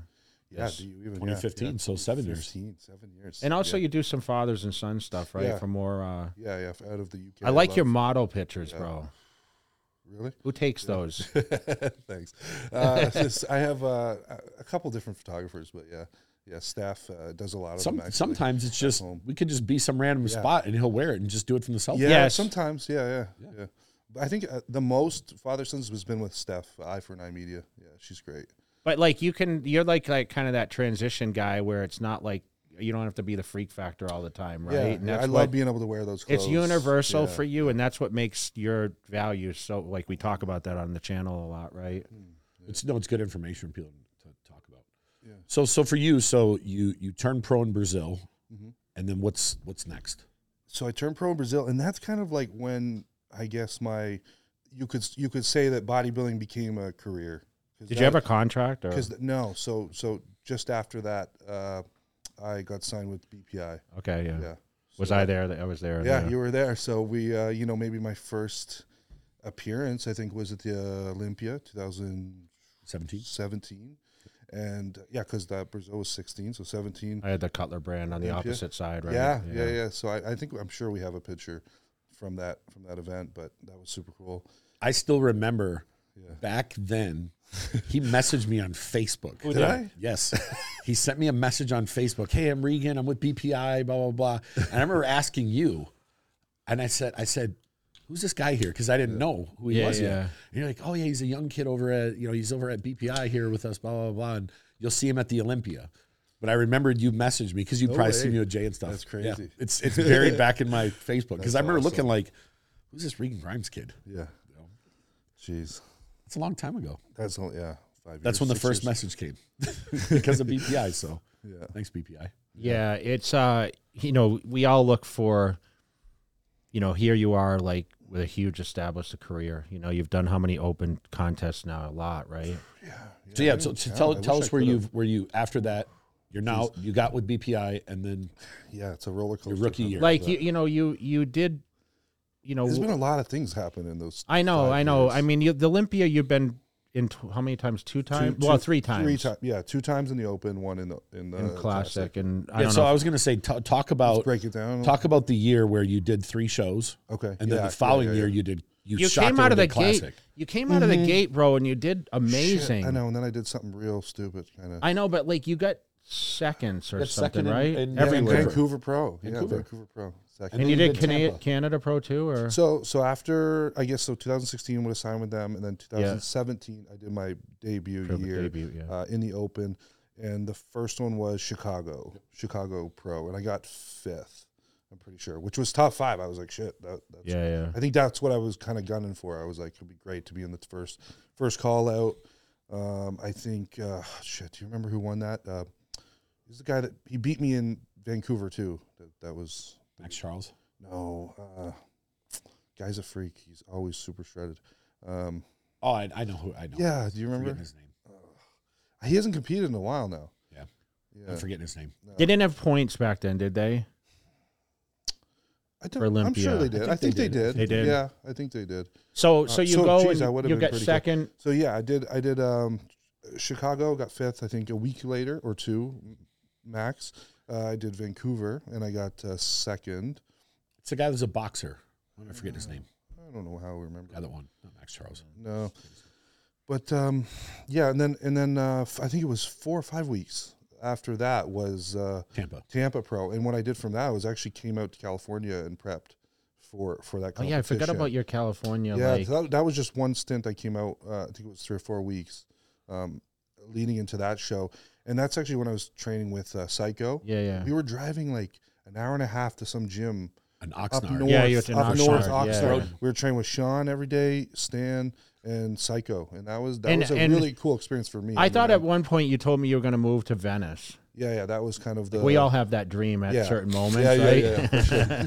yeah, do you even, yeah, 2015, yeah, so seven years. 15, seven years. and also you do some fathers and sons stuff right Yeah. for more uh, yeah, yeah, yeah, out of the UK. I like your love- model pictures bro really. who takes those Thanks. Uh, just- I have uh, a- a couple different photographers, but yeah, yeah, staff uh, does a lot of Some, them. Actually. sometimes it's just, home. we could just be some random spot and he'll wear it and just do it from the cell phone. yeah, oh, Yes. sometimes, yeah, yeah, yeah. But I think uh, the most father sons has been with Steph, Eye for an Eye Media. Yeah, she's great. but like you can you're like like kind of that transition guy where it's not like you don't have to be the freak factor all the time right Yeah, and yeah, that's I what- love being able to wear those. clothes. it's universal Yeah. for you and that's what makes your value so like we talk about that on the channel a lot right It's no, it's good information for people to talk about. Hmm, Yeah. So, so for you, so you you turn pro in Brazil, and then what's what's next? so I turned pro in Brazil, and that's kind of like when I guess my you could you could say that bodybuilding became a career. 'Cause did that- you have a contract or Because no, so so just after that, uh, I got signed with BPI. okay yeah, Yeah. was So- i there i was there Yeah, you were there. So we, uh, you know, maybe my first appearance, I think, was at the uh, Olympia 2017, Seventeen. and uh, yeah, because that Brazil was 16, so 17. i had the cutler brand on the Olympia? opposite side right yeah, yeah, yeah, So I, I think I'm sure we have a picture from that from that event, but that was super cool. I still remember back then. He messaged me on Facebook. Oh, Did I? Yes, he sent me a message on Facebook. Hey, I'm Regan. I'm with BPI. Blah blah blah. And I remember asking you, and I said, I said, who's this guy here? Because I didn't know who he Yeah, was. yeah. Yet. And you're like, oh yeah, he's a young kid over at you know he's over at BPI here with us. Blah blah blah. And you'll see him at the Olympia. But I remembered you messaged me because you probably way. seen you at Jay and stuff. That's Yeah. crazy. It's it's buried back in my Facebook because I remember awesome. looking like, who's this Regan Grimes kid? Yeah. Jeez. That's a long time ago. That's only yeah. Five. years, That's when the six first years. message came because of BPI. So Yeah. thanks BPI. Yeah, it's uh, you know, we all look for, you know, here you are like with a huge established career. You know, you've done how many open contests now? A lot, right? So yeah, so, so yeah, tell I tell wish us I where could've. you where you after that. You're now you got with BPI and then Yeah, it's a roller coaster. your rookie year. Like you, you know, you you did, you know, There's been a lot of things happen in those. I know, five I know. years. I mean, you, the Olympia, you've been in t- how many times? Two Two- times? two- well, three times. Three times. Uh, Yeah, two times in the open, one in the in the in classic, and I Yeah, don't so know. I was gonna say t- talk about Break it down. talk about the year where you did three shows. Okay, and yeah, then yeah, the following yeah, year yeah. you did you, you shocked came out of the everyone with gate. classic. You came out of the gate, bro, and you did Shit, amazing. I know, and then I did something real stupid, kind of. I know, but like you got seconds or Got something, second in- right? in Every Vancouver. group. Vancouver Pro. Vancouver. Yeah, Vancouver Pro. and, Second. then you you did did Canada, Tampa. Canada Pro too, or So so after I guess so 2016 would have signed with them, and then 2017 I did my debut Pro- year debut, yeah. uh, in the Open, and the first one was Chicago, Chicago Pro, and I got fifth. I'm pretty sure, which was top five. I was like, shit. That, that's yeah, yeah. I think that's what I was kind of gunning for. I was like, it'd be great to be in the first first call out. Um, I think uh, shit. Do you remember who won that? Uh, he's the guy that he beat me in Vancouver too. That, that was Max Charles. no. Uh, guy's a freak. He's always super shredded. Um, Oh, I, I know who I know. yeah. Do you I'm forgetting remember? his name. He hasn't competed in a while now. Yeah. Yeah. I'm forgetting his name. They didn't have points back then, did they? I don't, for I'm sure Olympia. they did. I think, they, did. They did. Yeah, I think they did. So, so you Uh, so, go geez, I and would've you been get pretty good. second. So yeah, I did. I did. Um, Chicago got fifth. I think a week later or two, max. Uh, I did Vancouver and I got uh, second. It's a guy that's a boxer. I'm forgetting his name. I don't know how I remember. The other one, not Max Charles. No, but um, yeah, and then and then uh, f- I think it was four or five weeks after that was uh, Tampa. Tampa Pro. And what I did from that was actually came out to California and prepped for for that. Oh yeah, I forgot competition. about your California. Yeah, like, that, that was just one stint I came out. Uh, I think it was three or four weeks, um, leading into that show, and that's actually when I was training with uh, Psycho. yeah, yeah. We were driving like an hour and a half to some gym An up north. Oxnard. Yeah, you're at an up north, Oxnard, yeah. Oxnard. We were training with Sean every day, Stan, and Psycho, and that was that And- was a and- really cool experience for me. I thought mean, at one point you told me you were going to move to Venice. yeah, yeah, that was kind of the we all have that dream at yeah. certain moments, yeah, yeah, right? yeah, for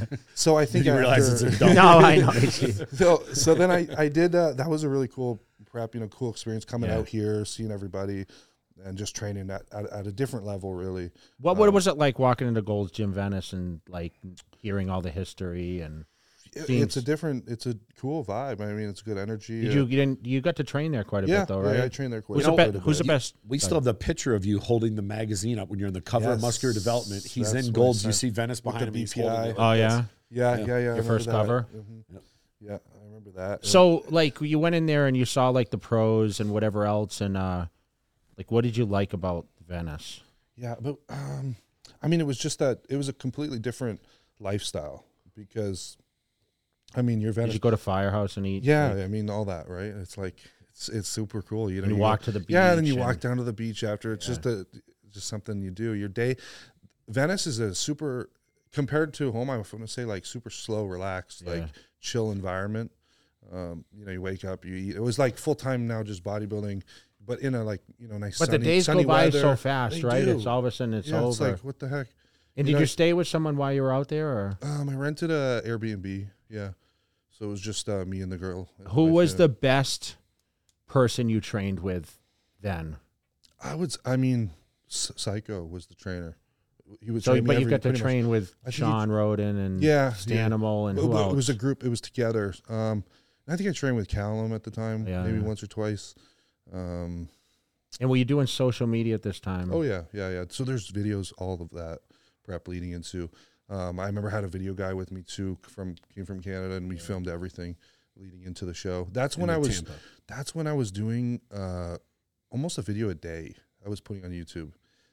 sure. So I think You realize it's after- a dump. no, I know. so so then I I did uh, that was a really cool prep you know cool experience coming Yeah. out here seeing everybody and just training at, at, at a different level really What, what was it like walking into Gold's Gym Venice and like hearing all the history and It- Seems- it's a different it's a cool vibe I mean it's good energy did uh, you you didn't you got to train there quite a yeah, bit though yeah, right? I trained there quite who's a the bit. best? Who's the best? We still have the picture of you holding the magazine up when you're in the cover of Yes, Muscular Development. He's that's in what golds. I You said. see Venice behind him. the He's holding BPI. it. Oh yeah. yeah yeah yeah I remember first that. cover? Mhm. Yep. yeah I remember that So like you went in there and you saw like the pros and whatever else and uh like what did you like about Venice? Yeah, but um, I mean, it was just that it was a completely different lifestyle because, I mean, you're Did Venice. you go to Firehouse and eat? Yeah, I mean, all that, right? It's like it's it's super cool. You know, You go- walk to the Yeah, and then beach you walk and- down to the beach after. It's just a just something you do. Your day, Venice is a super compared to home. I'm going to say like super slow, relaxed, like Yeah. chill environment. Um, you know, you wake up, you eat. It was like full time now, just bodybuilding, but in a like you know nice. But sunny, the days go sunny by so weather. fast, They right? do. It's all of a sudden it's yeah, over. it's like what the heck. and did you know- you stay with someone while you were out there or Um, I rented a Airbnb. Yeah, so it was just uh, me and the girl. and who my was fam- the best person you trained with then? I was. I mean, S- Psycho was the trainer. He was. So training me but you every- got to pretty much- train with I think he- Sean Roden and Yeah, yeah. Stanimal and But- who but else? It was a group. It was together. Um, I think I trained with Callum at the time, Yeah, maybe yeah. once or twice. Um, and were you doing social media at this time? Oh yeah, yeah, yeah. So there's videos, all of that prep leading into. Um, I remember I had a video guy with me too from came from Canada, and we filmed everything leading into the show. That's when In I was. Tampa. That's when I was doing uh, almost a video a day. I was putting on YouTube.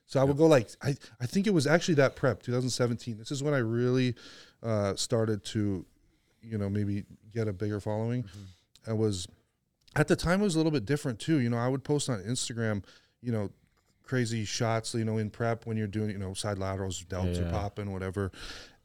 So I would go like I, I think it was actually that prep 2017. This is when I really uh, started to, you know, maybe get a bigger following. I was at the time it was a little bit different too. You know, I would post on Instagram, you know, crazy shots, you know, in prep when you're doing, you know, side laterals, delts Yeah. are popping, whatever.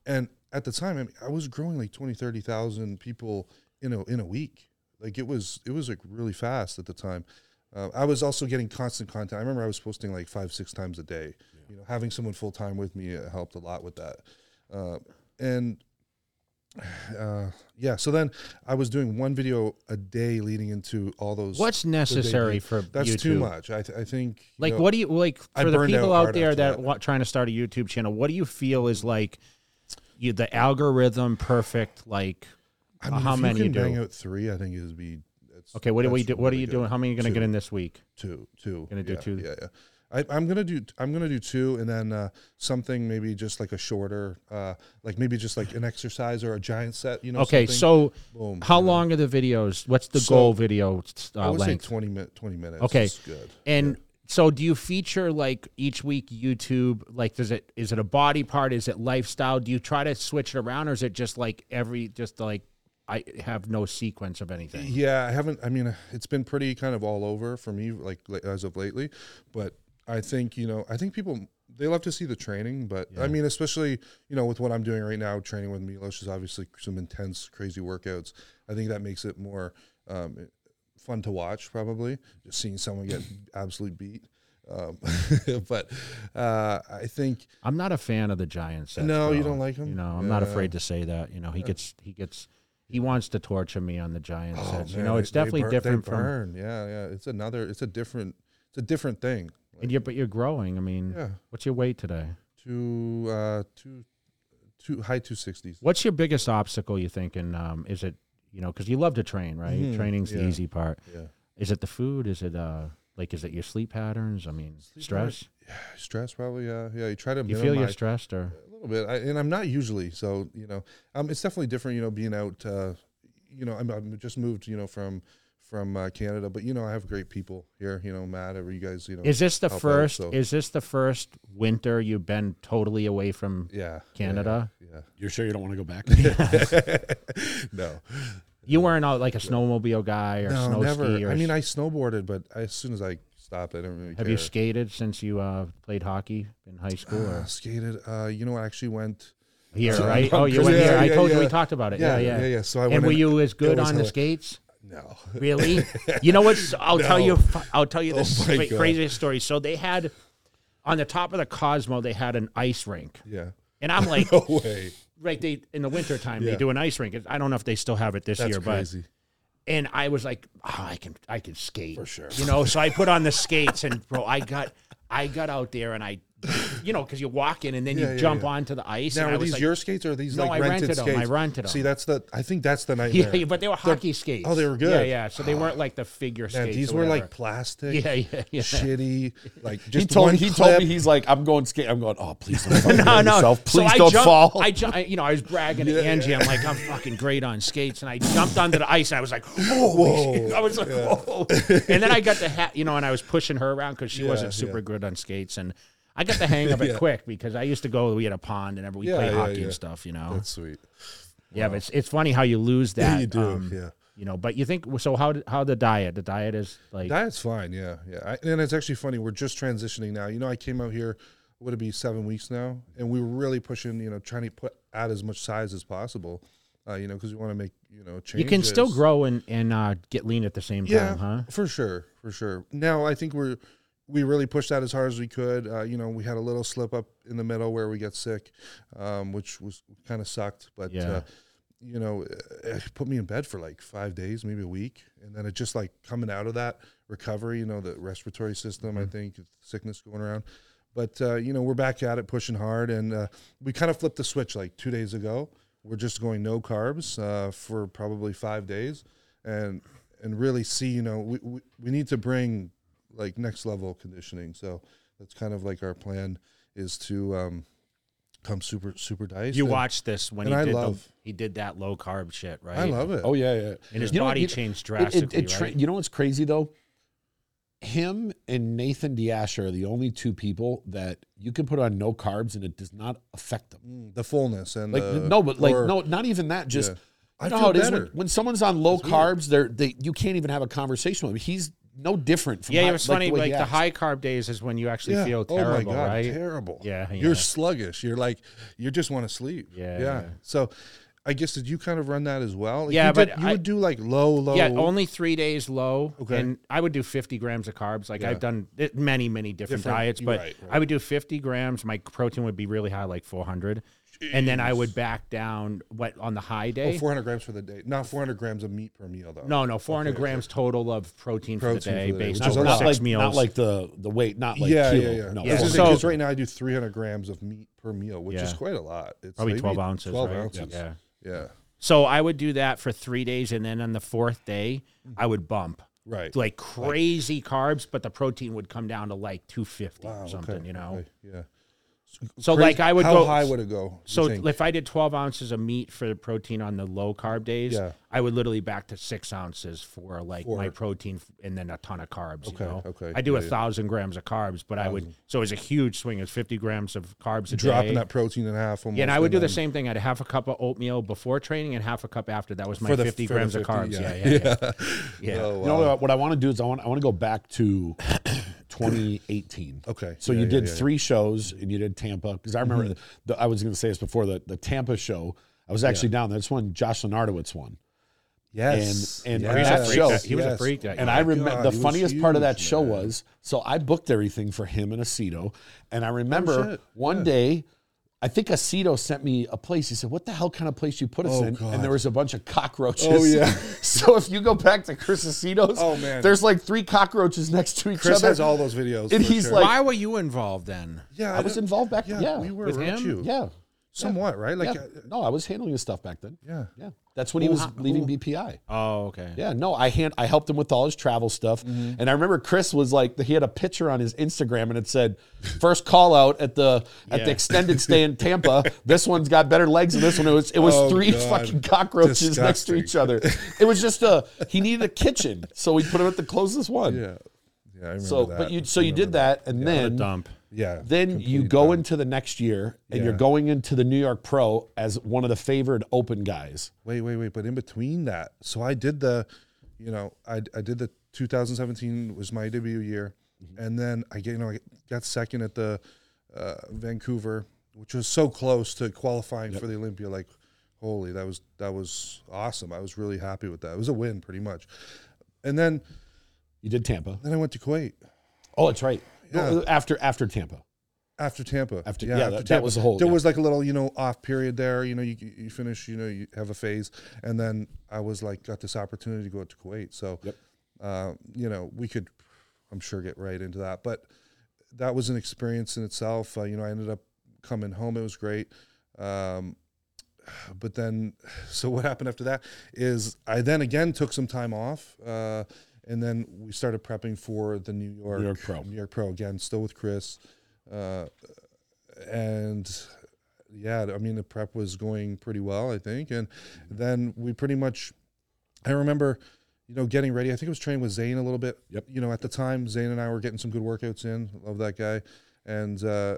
And at the time, I, mean, I was growing like 20, 30,000 people in a, in a week. Like it was, it was like really fast at the time. Uh, I was also getting constant content. I remember I was posting like five, six times a day. You know, having someone full time with me uh, helped a lot with that. Uh, and uh, yeah, so then I was doing one video a day leading into all those. What's necessary for That's YouTube? too much. I, th- I think. you Like, know, what do you like I for the burned people out out, hard there after that that. want, trying to start a YouTube channel? What do you feel is like you, the algorithm perfect? Like, I mean, how if many you you can bang do? out three? I think it would be. That's, okay, what do we that's do? What are really you good. doing? How many are you going to get in this week? Two, two. Gonna do yeah, two? Yeah, yeah. I, I'm gonna do. I'm gonna do two, and then uh, something maybe just like a shorter, uh, like maybe just like an exercise or a giant set. You know. Okay, something. so Boom, how you know. long are the videos? What's the So, goal video uh, I would length? say 20, mi- 20 minutes. Okay. is good. And so do you feature like each week YouTube like does it is it a body part is it lifestyle do you try to switch it around or is it just like every just like I have no sequence of anything Yeah, I haven't. I mean, it's been pretty kind of all over for me, like la- as of lately. But I think you know, I think people they love to see the training. But I mean, especially you know, with what I'm doing right now, training with Milos is obviously some intense, crazy workouts. I think that makes it more um, fun to watch, probably just seeing someone get absolutely beat. Um, but uh, I think I'm not a fan of the Giants No, you don't like 'em? you know I'm not Yeah. afraid to say that you know he gets he gets he wants to torture me on the Giants Oh, sets you man, know they- it's they definitely bur- they different from burn. Yeah, yeah. It's another. It's a different. It's a different thing. and you're but you're growing I mean Yeah. what's your weight today two uh two two high two sixties. What's your biggest obstacle you think? And um, is it you know because you love to train, right? Mhm, Training's the yeah. easy part. Yeah. Is it the food? Is it uh like is it your sleep patterns? I mean, patterns, stress. Stress probably, yeah. Yeah, you try to You minimize feel you're stressed, or a little bit. I, and I'm not usually, so you know, um it's definitely different, you know, being out uh you know, I'm I'm just moved, you know, from from uh, Canada, but you know, I have great people here, you know, Matt, every you guys, you know. is this the help out, first? so- Is this the first winter you've been totally away from yeah. Canada? Yeah. yeah. You're sure you don't want to go back? No. You weren't out like a snowmobile guy or No, snow never. ski. Or I mean, s- I snowboarded, but as soon as I stopped, I didn't really have care. you skated since you uh, played hockey in high school? uh, Or skated? Uh, you know, I actually went here, so- right? Oh, you went Yeah, here. I yeah, told you we yeah. talked about it. Yeah, Yeah, yeah, yeah, yeah. So I and went were in- you as good was on the hella- skates? No. Really? you know what's? I'll tell you. I'll tell you this Oh my stra- God. craziest story. So they had on the top of the Cosmo, they had an ice rink, Yeah. and I'm like, No way. right? They in the wintertime, they Yeah. do an ice rink. I don't know if they still have it this That's year, crazy. but and I was like, oh, I can, I can skate For sure. you know. So I put on the skates, and bro, I got, I got out there, and I, you know, because you walk in and then you yeah, jump yeah. onto the ice. Now, and I are was these like, your skates or are these No, like I rented rented 'em. I skates? rented 'em. See, that's the. I think that's the nightmare. yeah, but they were hockey skates. oh, they were Yeah, good. yeah. So they weren't like the figure Man, skates. these or were whatever. like plastic. Yeah, yeah, yeah. Shitty. Like just he told one he clip. told me he's like, I'm going skate. I'm going. Oh, please don't fucking no, hurt no. yourself. So Please I don't jumped- fall. I, ju- I, you know, I was bragging to Angie. I'm like, I'm fucking great on skates, and I jumped onto the ice, and I was like, holy shit. I was like, whoa. And then I got the hat, you know, and I was pushing her around because she wasn't yeah. super good on skates, and I got the hang of it Yeah. quick because I used to go. We had a pond, and every- we Yeah, played yeah, hockey yeah. and stuff, you know. That's sweet. yeah, but it's, it's funny how you lose that. you do, um, yeah. You know, but you think so? How did- how the diet? The diet is like That's fine. Yeah, yeah. I, and it's actually funny. We're just transitioning now. You know, I came out here. Would it be seven weeks now? And we were really pushing. You know, trying to put out as much size as possible. Uh, you know, because we want to make you know changes. you can still grow and and uh, get lean at the same time, huh? For sure, for sure. Now I think we're we really pushed that as hard as we could. Uh, you know, we had a little slip up in the middle where we got sick, um, which was kind of sucked. But Yeah. uh, you know, it put me in bed for like five days, maybe a week, and then it just like coming out of that recovery. You know, the respiratory system. I think sickness going around. But uh, you know, we're back at it, pushing hard, and uh, we kind of flipped the switch like two days ago. We're just going no carbs uh, for probably five days, and and really see. You know, we, we we need to bring like next level conditioning. So that's kind of like our plan is to um, come super super diet. You watched this when and he I did love- the, he did that low carb shit, right? I love it. oh yeah, yeah. And his You know- body you know- changed It- drastically, It, it, tra- right? You know what's crazy though? Him and Nathan Diasher are the only two people that you can put on no carbs and it does not affect them. Mm, the fullness and Like the- no, but like or- no, not even that. Just Yeah. I I know feel how it is when, better. when someone's on low carbs, they're they you can't even have a conversation with him. He's no different. From Yeah, how- it was like, funny. way like he the acts. high carb days is when you actually Yeah. feel oh my terrible, god, right? terrible. Yeah, yeah. you're sluggish. You're like you just want to sleep. Yeah, yeah. yeah. So, I guess did you kind of run that as well? Like, Yeah, you did- but you I- would do like low, low. Yeah, only three days low. Okay. And I would do 50 grams of carbs. Like I've done it- many, many different, Different- diets, you're but right, right. I would do 50 grams. My protein would be really high, like 400. And then I would back down what on the high oh, day. 400 grams for the day. Not 400 grams of meat per meal though. no, no, 400 grams total of protein, for the Protein day for the day, based which on is six a lot. not like, meals. not like the the weight, not like yeah, kilo. yeah, yeah, No, I Yeah. was gonna four. say, So- 'cause right now I do 300 grams of meat per meal, which is Yeah. quite a lot. It's probably maybe 12 ounces. 12 right? ounces. Yeah. Yeah. yeah. So I would do that for three days. And then on the fourth day, I would bump. Right. Like crazy carbs, but the protein would come down to like 250 Wow, or okay, something, you know? okay, Yeah. So, like, I would How go. high would it go? you So think? if I did 12 ounces of meat for the protein on the low carb days, Yeah. I would literally back to six ounces for like my For- protein f- and then a ton of carbs. Okay, you know? okay, I do a yeah, yeah. thousand grams of carbs, but I would, so it was a huge swing. It's 50 grams of carbs a dropping day. that protein in half. Almost, Yeah, and I would do the then- same thing. I'd have a cup of oatmeal before training and half a cup after. That was my For the- 50 for the grams of 50, carbs. yeah. Yeah, yeah, yeah. yeah. Oh, You know wow. what, what I want to do is I want I want to go back to 2018. Okay. So Yeah, you yeah, did yeah, Mm-hmm. yeah. three shows and you did Tampa because I remember the, I was going to say this before the the Tampa show. I was actually down there. That's when Josh Lenardowitz won. Yes. and- He was a That freak. show, that- He was a yes. freak. that And year. I remember God, the he was funniest part of huge, that show man. was so I booked everything for him and Aceto. And I remember Oh, shit, one day, I think Aceto sent me a place. He said, What the hell kind of place you put us Oh, in? God. And there was a bunch of cockroaches. Oh, yeah. so if you go back to Chris Aceto's, Oh, man. there's like three cockroaches next to each Chris other. has all those videos. And for he's sure. like- Why were you involved then? yeah, I was don't- involved back Yeah, yeah, we were, with weren't him? you? Yeah. somewhat, right? Like, yeah. uh, No, I was handling his stuff back then. yeah. Yeah. That's when he was leaving BPI. Oh, okay. Yeah, no, I hand I helped him with all his travel stuff, Mm-hmm. and I remember Chris was like he had a picture on his Instagram, and it said first call out at the at the Yeah. extended stay in Tampa. this one's got better legs than this one. It was it was Oh, three God. fucking cockroaches next Disgusting. to each other. It was just a he needed a kitchen, so we put him at the closest one. Yeah. Yeah, I remember so, that. but you so you did that, and then Dump. Yeah. then you go into the next year, and you're Yeah. going into the New York Pro as one of the favored open guys. wait, wait, wait. But in between that, so I did the, you know, I, I did the 2017 was my debut year, and then I get you know I got second at the uh, Vancouver, which was so close to qualifying for the Olympia. Like, holy, that was that was awesome. I was really happy with that. It was a win, pretty much. And then You did Tampa. then I went to Kuwait Oh, that's right. Yeah. After after Tampa. after Tampa. After- yeah, that- that was the whole- There yeah. was like a little, you know, off period there. You know, you you finish, you know, you have a phase, and then I was like, got this opportunity to go out to Kuwait. So, Yep. uh, you know, we could, I'm sure, get right into that. But that was an experience in itself. Uh, you know, I ended up coming home. It was great. Um, but then, so what happened after that is I then again took some time off, uh, and then we started prepping for the New York New York Pro. New York Pro again, still with Chris, uh, and yeah, I mean the prep was going pretty well, I think, and then we pretty much. I remember, you know, getting ready. I think I was training with Zane a little bit. Yep. You know, at the time, Zane and I were getting some good workouts in. Love that guy, and uh,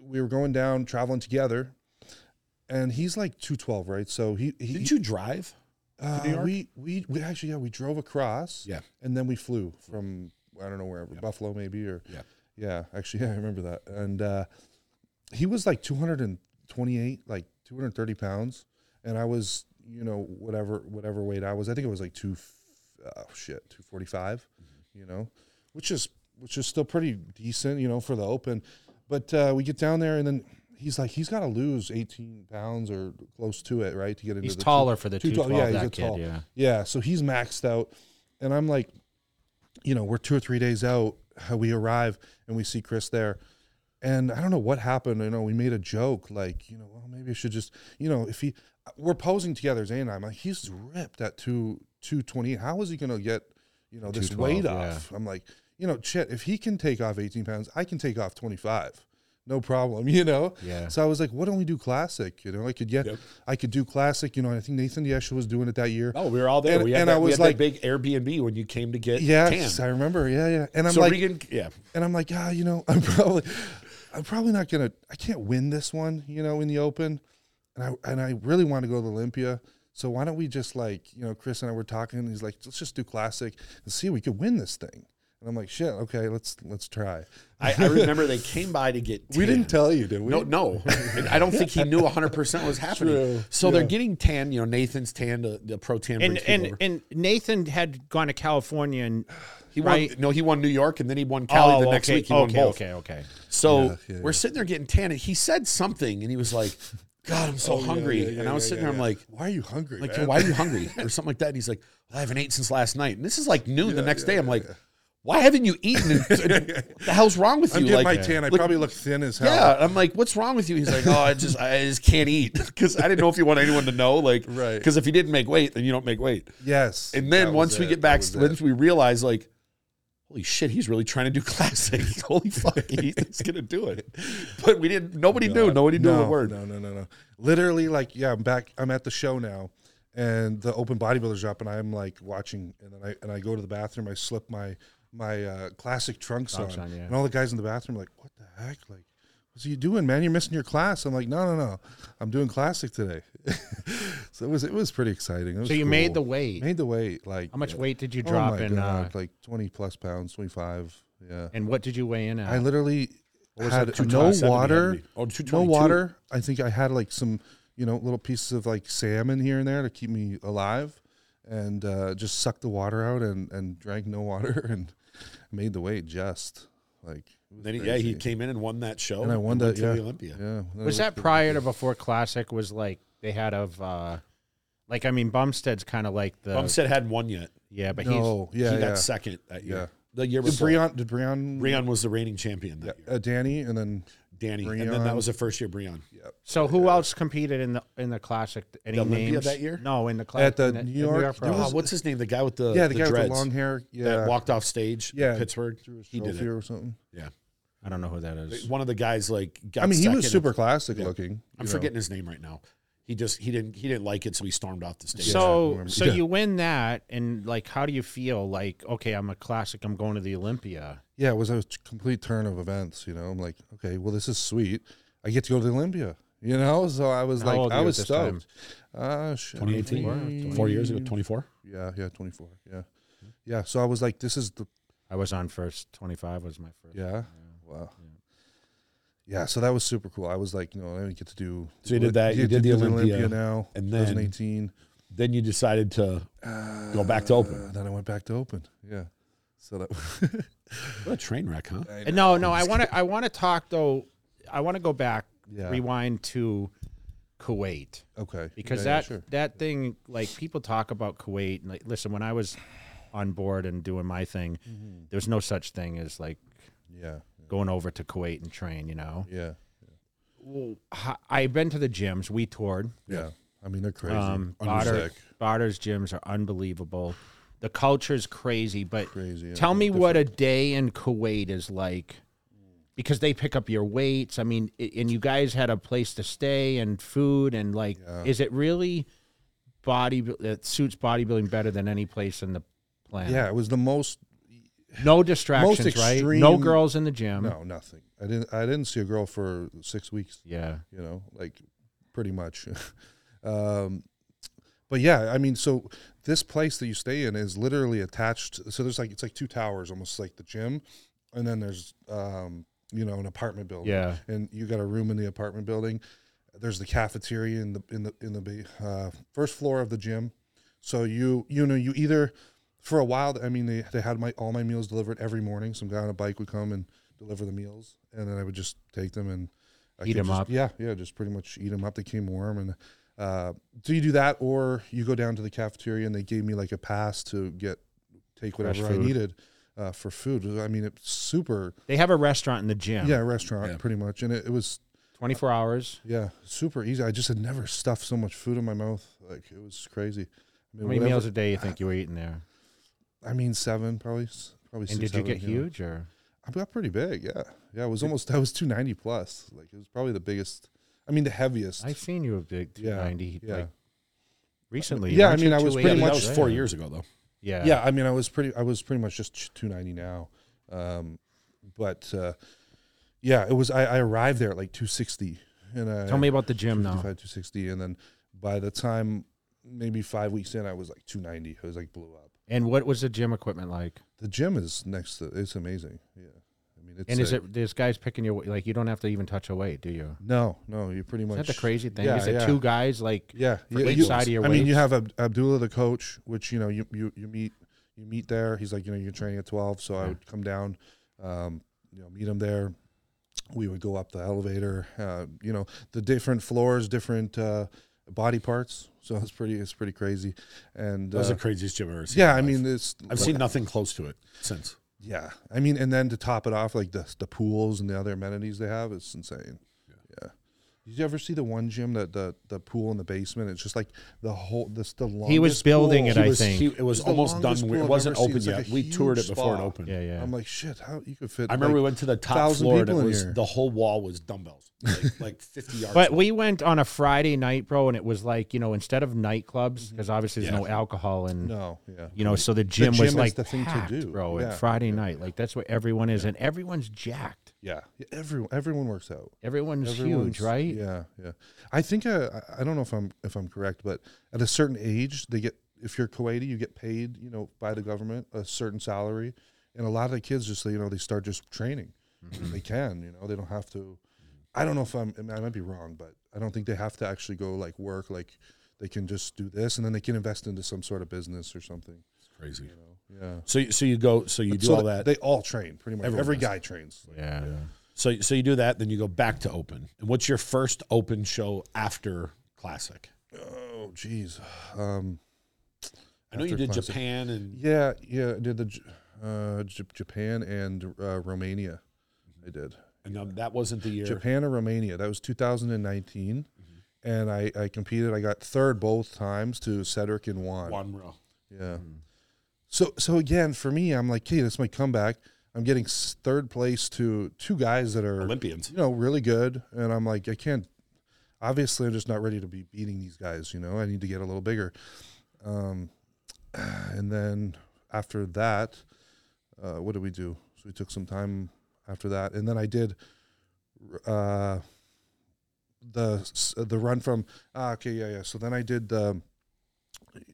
we were going down traveling together. And he's like two twelve, right? So he, he Did you drive? uh, New York? we, we we actually yeah we drove across Yeah. and then we flew from I don't know wherever Buffalo maybe or Yeah. yeah actually yeah I remember that and uh, he was like 228 like 230 pounds and I was you know whatever whatever weight I was I think it was like two oh shit 245 Mm-hmm. you know which is which is still pretty decent you know for the open but uh, we get down there and then. He's like he's got to lose 18 pounds or close to it, right, to get into He's the two- taller for the two twelve, 212, yeah, that he's a kid. tall. Yeah. yeah, so he's maxed out. And I'm like, you know, we're two or three days out. We arrive and we see Chris there. And I don't know what happened. You know, we made a joke like, you know, well, maybe I should just, you know, if he, we're posing together, Zane and I. I'm like, he's ripped at two, 220. How is he going to get, you know, this 212, weight yeah. off? I'm like, you know, shit, if he can take off 18 pounds, I can take off 25. No problem, you know? Yeah. So I was like, why don't we do classic? You know, I could get, I could do classic, you know, and I think Nathan Diesha was doing it that year. No, Oh, we were all there. And- we had and that, I we was had like- that big Airbnb when you came to get Yes, tan. I remember. Yeah, yeah. And I'm so like, Regan, yeah, and I'm like, ah, you know, I'm probably, I'm probably not gonna, I can't win this one, you know, in the open, and I and I really want to go to Olympia, So why don't we just like, you know, Chris and I were talking and he's like, let's just do classic and see if we could win this thing. And I'm like, shit, okay, let's let's try. I, I remember they came by to get. We didn't tan. tell you, did we? No, no. And I don't think he knew 100 percent was happening. True. So Yeah. they're getting tan. You know, Nathan's tan. The, the pro tan. And brings people and over. and Nathan had gone to California and he right. Oh, won. No, he won New York, and then he won Cali the next okay, week. He won okay, both. okay, okay. So Yeah, yeah, we're sitting there getting tan, and he said something, and he was like, "God, I'm so Oh, Yeah, hungry," yeah, yeah, and I was yeah, sitting yeah, there, I'm yeah. like. why are you hungry? like, man? why are you hungry? Or something like that. And he's like, well, I haven't ate since last night. And this is like noon Yeah, the next yeah, day. I'm yeah, like, why haven't you eaten? And- what the hell's wrong with I'm you? getting like, my tan. I look- probably look thin as hell. yeah. I'm like, what's wrong with you? He's like, oh, I just, I just can't eat because I didn't know if you want anyone to know, like, Right. Because if you didn't make weight, then you don't make weight. Yes. And then that once was we it, get that back, was it. once we realize, like, holy shit, he's really trying to do classic. holy fuck, he's, he's gonna do it. But we didn't. Nobody knew. Nobody knew no, a word. No, no, no, no. Literally, like, yeah, I'm back. I'm at the show now, and the open bodybuilders up, and I'm like watching, and then I and I go to the bathroom. I slip my my uh, classic trunks, Trunks on, on, yeah. and all the guys in the bathroom are like, "What the heck?" Like. What's you doing, man? You're missing your class. I'm like, no, no, no. I'm doing classic today. so it was it was pretty exciting. It was So you made the cool. weight. made the weight. Like How much weight did you Oh drop my in? Uh, God, like 20 plus pounds, 25. Yeah. and what did you weigh in at? I literally was had that, 227 no you had water. me? Oh, no 222. water. I think I had like some, you know, little pieces of like salmon here and there to keep me alive, and uh, just sucked the water out and and drank no water and made the weight just like. it was Then he, yeah, he crazy. came in and won that show, And I won went that. to Yeah. the Olympia. Yeah. was that prior to before Classic was like they had of uh like I mean Bumstead's kind of like the Bumstead hadn't won yet. yeah, but he's No. Yeah. he yeah. got second that year. Yeah. The year Did before. Breon, Breon? Did Breon? was the reigning champion that year. Uh, Danny, and then Danny. and then Breon. that was the first year Breon. so who else competed in the in the Classic? Any The Olympia names that year? No, in the Classic At the in New in York- there Pro. Oh, was- what's his name? The guy with the, yeah, the, guy with dreads the long hair. Yeah. that walked off stage Yeah. in Pittsburgh. through his He did trophy it. or something. Yeah. I don't know who that is. One of the guys like got I mean, he was second. super classic Yeah. looking. you I'm know. forgetting his name right now. He just he didn't he didn't like it, so he stormed off the stage. I So remember. so Yeah. you win that and like how do you feel like okay I'm a classic I'm going to the Olympia yeah, it was a t- complete turn of events. You know, I'm like, okay, well, this is sweet. I get to go to the Olympia. You know, so I was How old like, were I you at was this time? stoked. Uh, shit, 2018, twenty- four years ago, Hmm. 24. Yeah, yeah, 24. Yeah, yeah. So I was like, this is the I was on first 25 was my first yeah. Wow. Yeah, so that was super cool. I was like, you know, I didn't get to do. So you did that, you get to did the do Olympia, now, and and then- then 2018. Then you decided to go back to Uh, open. then I went back to open. Yeah, so that Uh, What a train wreck, huh? And Uh, No, no, I want to. I want to talk though. I want to go back, Yeah. rewind to Kuwait okay because Yeah, yeah, that sure. that thing, like people talk about Kuwait. And like, listen, when I was on board and doing my thing, Mm-hmm. there's no such thing as like yeah going over to Kuwait and train. You know, yeah H- I've been to the gyms. We toured. yeah. I mean, they're crazy. Um, Botter, Undersick. Botter's gyms are unbelievable. The culture's crazy, but Crazy, yeah, tell me what a day in Kuwait is like because they pick up your weights. I mean, i- and you guys had a place to stay and food and like, is it really body that suits bodybuilding better than any place in the planet? Yeah, it was the most No distractions, Most right? No extreme- girls in the gym. No, nothing. I didn't. I didn't see a girl for six weeks. Yeah. You know, like pretty much. um, but yeah, I mean, so this place that you stay in is literally attached. So there's like it's like two towers, almost like the gym, and then there's um, you know an apartment building. Yeah. and you got a room in the apartment building. There's the cafeteria in the in the in the ba- uh, first floor of the gym. So you you know you either for a while I mean they, they had my all my meals delivered every morning. Some guy on a bike would come and deliver the meals, and then I would just take them and I Eat could 'em just- up. Yeah, yeah, just pretty much eat them up. They came warm, and uh, so you do that, or you go down to the cafeteria and they gave me like a pass to get take Fresh whatever I food. needed uh, for food. I mean it's super They have a restaurant in the gym. yeah restaurant Yeah. pretty much, and it, it was 24 hours. yeah, super easy. I just had never stuffed so much food in my mouth. Like it was crazy. I How many whatever- meals a day you think you were eating there? I mean, seven probably. s- Probably. And six, did you seven, get know. huge or? I got pretty big. Yeah, yeah. It was almost. I was two ninety plus. Like it was probably the biggest. I mean, the heaviest. I've seen you a big Yeah, 290 yeah. like recently. Yeah, I weren't you mean, I was 280? pretty Yeah, much that was four years ago, though. Yeah. yeah, I mean, I was pretty. I was pretty much just two ninety now. Um, but uh, yeah, it was. I, I arrived there at like two sixty, and I, Tell me about the gym now. 55, 260. And then by the time maybe five weeks in, I was like 290. I was like blew up. And what was the gym equipment like? The gym is next to. It's amazing. Yeah, I mean, it's And is a- it this guy's picking your like you don't have to even touch a weight, do you? No, no, you're pretty much. Is that the crazy thing? Yeah, is it yeah. two guys like Yeah, for yeah, each side of your I mean, you weights? have Ab- Abdullah, the coach, which you know you, you you meet you meet there. He's like, you know, you're training at twelve, so I would come down, um, you know, meet him there. We would go up the elevator. Uh, you know, the different floors, different uh, body parts. So it's pretty, it's pretty crazy. And That was uh, the craziest gym I've ever seen. in yeah, my I life. mean, it's I've seen nothing close to it since. yeah, I mean, and then to top it off, like the the pools and the other amenities they have, it's insane. Yeah. Did you ever see the one gym that the the pool in the basement? It's just like the whole this the longest. He was building pool. it, He I was, think. he- it was It's the almost done. longest where- pool It I've wasn't ever seen. open It's like yet. a we toured it huge before it spa. opened. Yeah, yeah. I'm like, shit, how you could fit? I remember like, we went to the top 1,000 floor and it people in was here. the whole wall was dumbbells, like, like fifty yards. But we went on a Friday night, bro, and it was like, you know, instead of nightclubs, because obviously there's no alcohol and Mm-hmm. No, yeah, you know, so the gym, gym was is like the thing to packed, do. bro. Yeah. And Friday night, like that's where everyone is, and everyone's jacked. yeah. Everyone, everyone works out. Everyone's, Everyone's- huge, right? Yeah, yeah. I think uh, I- I don't know if I'm if I'm correct, but at a certain age, they get if you're Kuwaiti, you get paid, you know, by the government a certain salary, and a lot of the kids just you know they start just training. Mm-hmm. They can, you know, they don't have to. I don't know if I'm I, mean, I might be wrong, but I don't think they have to actually go like work like. They can just do this, and then they can invest into some sort of business or something. crazy. You know, yeah. So you- so you go so you do so all th- that. They all train pretty much. Everyone Every does. guy trains. Like, Yeah. so so you do that, then you go back to open. And what's your first open show after classic? oh, geez. Um, I know you After did Classic. Japan and Yeah, yeah, I did the J- uh, J- Japan and uh, Romania. I did and um, that wasn't the year. Japan and Romania. That was 2019, and I, I competed. I got third both times to Cedric and Juan. One row. Yeah. So so again for me, I'm like, hey, that's my comeback. I'm getting s- third place to two guys that are Olympians. you know, really good. And I'm like, I can't. Obviously, I'm just not ready to be beating these guys. You know, I need to get a little bigger. Um, and then after that, uh, what did we do? So we took some time after that, and then I did uh, the s- the run from. Ah, okay, yeah, yeah. So then I did. Um,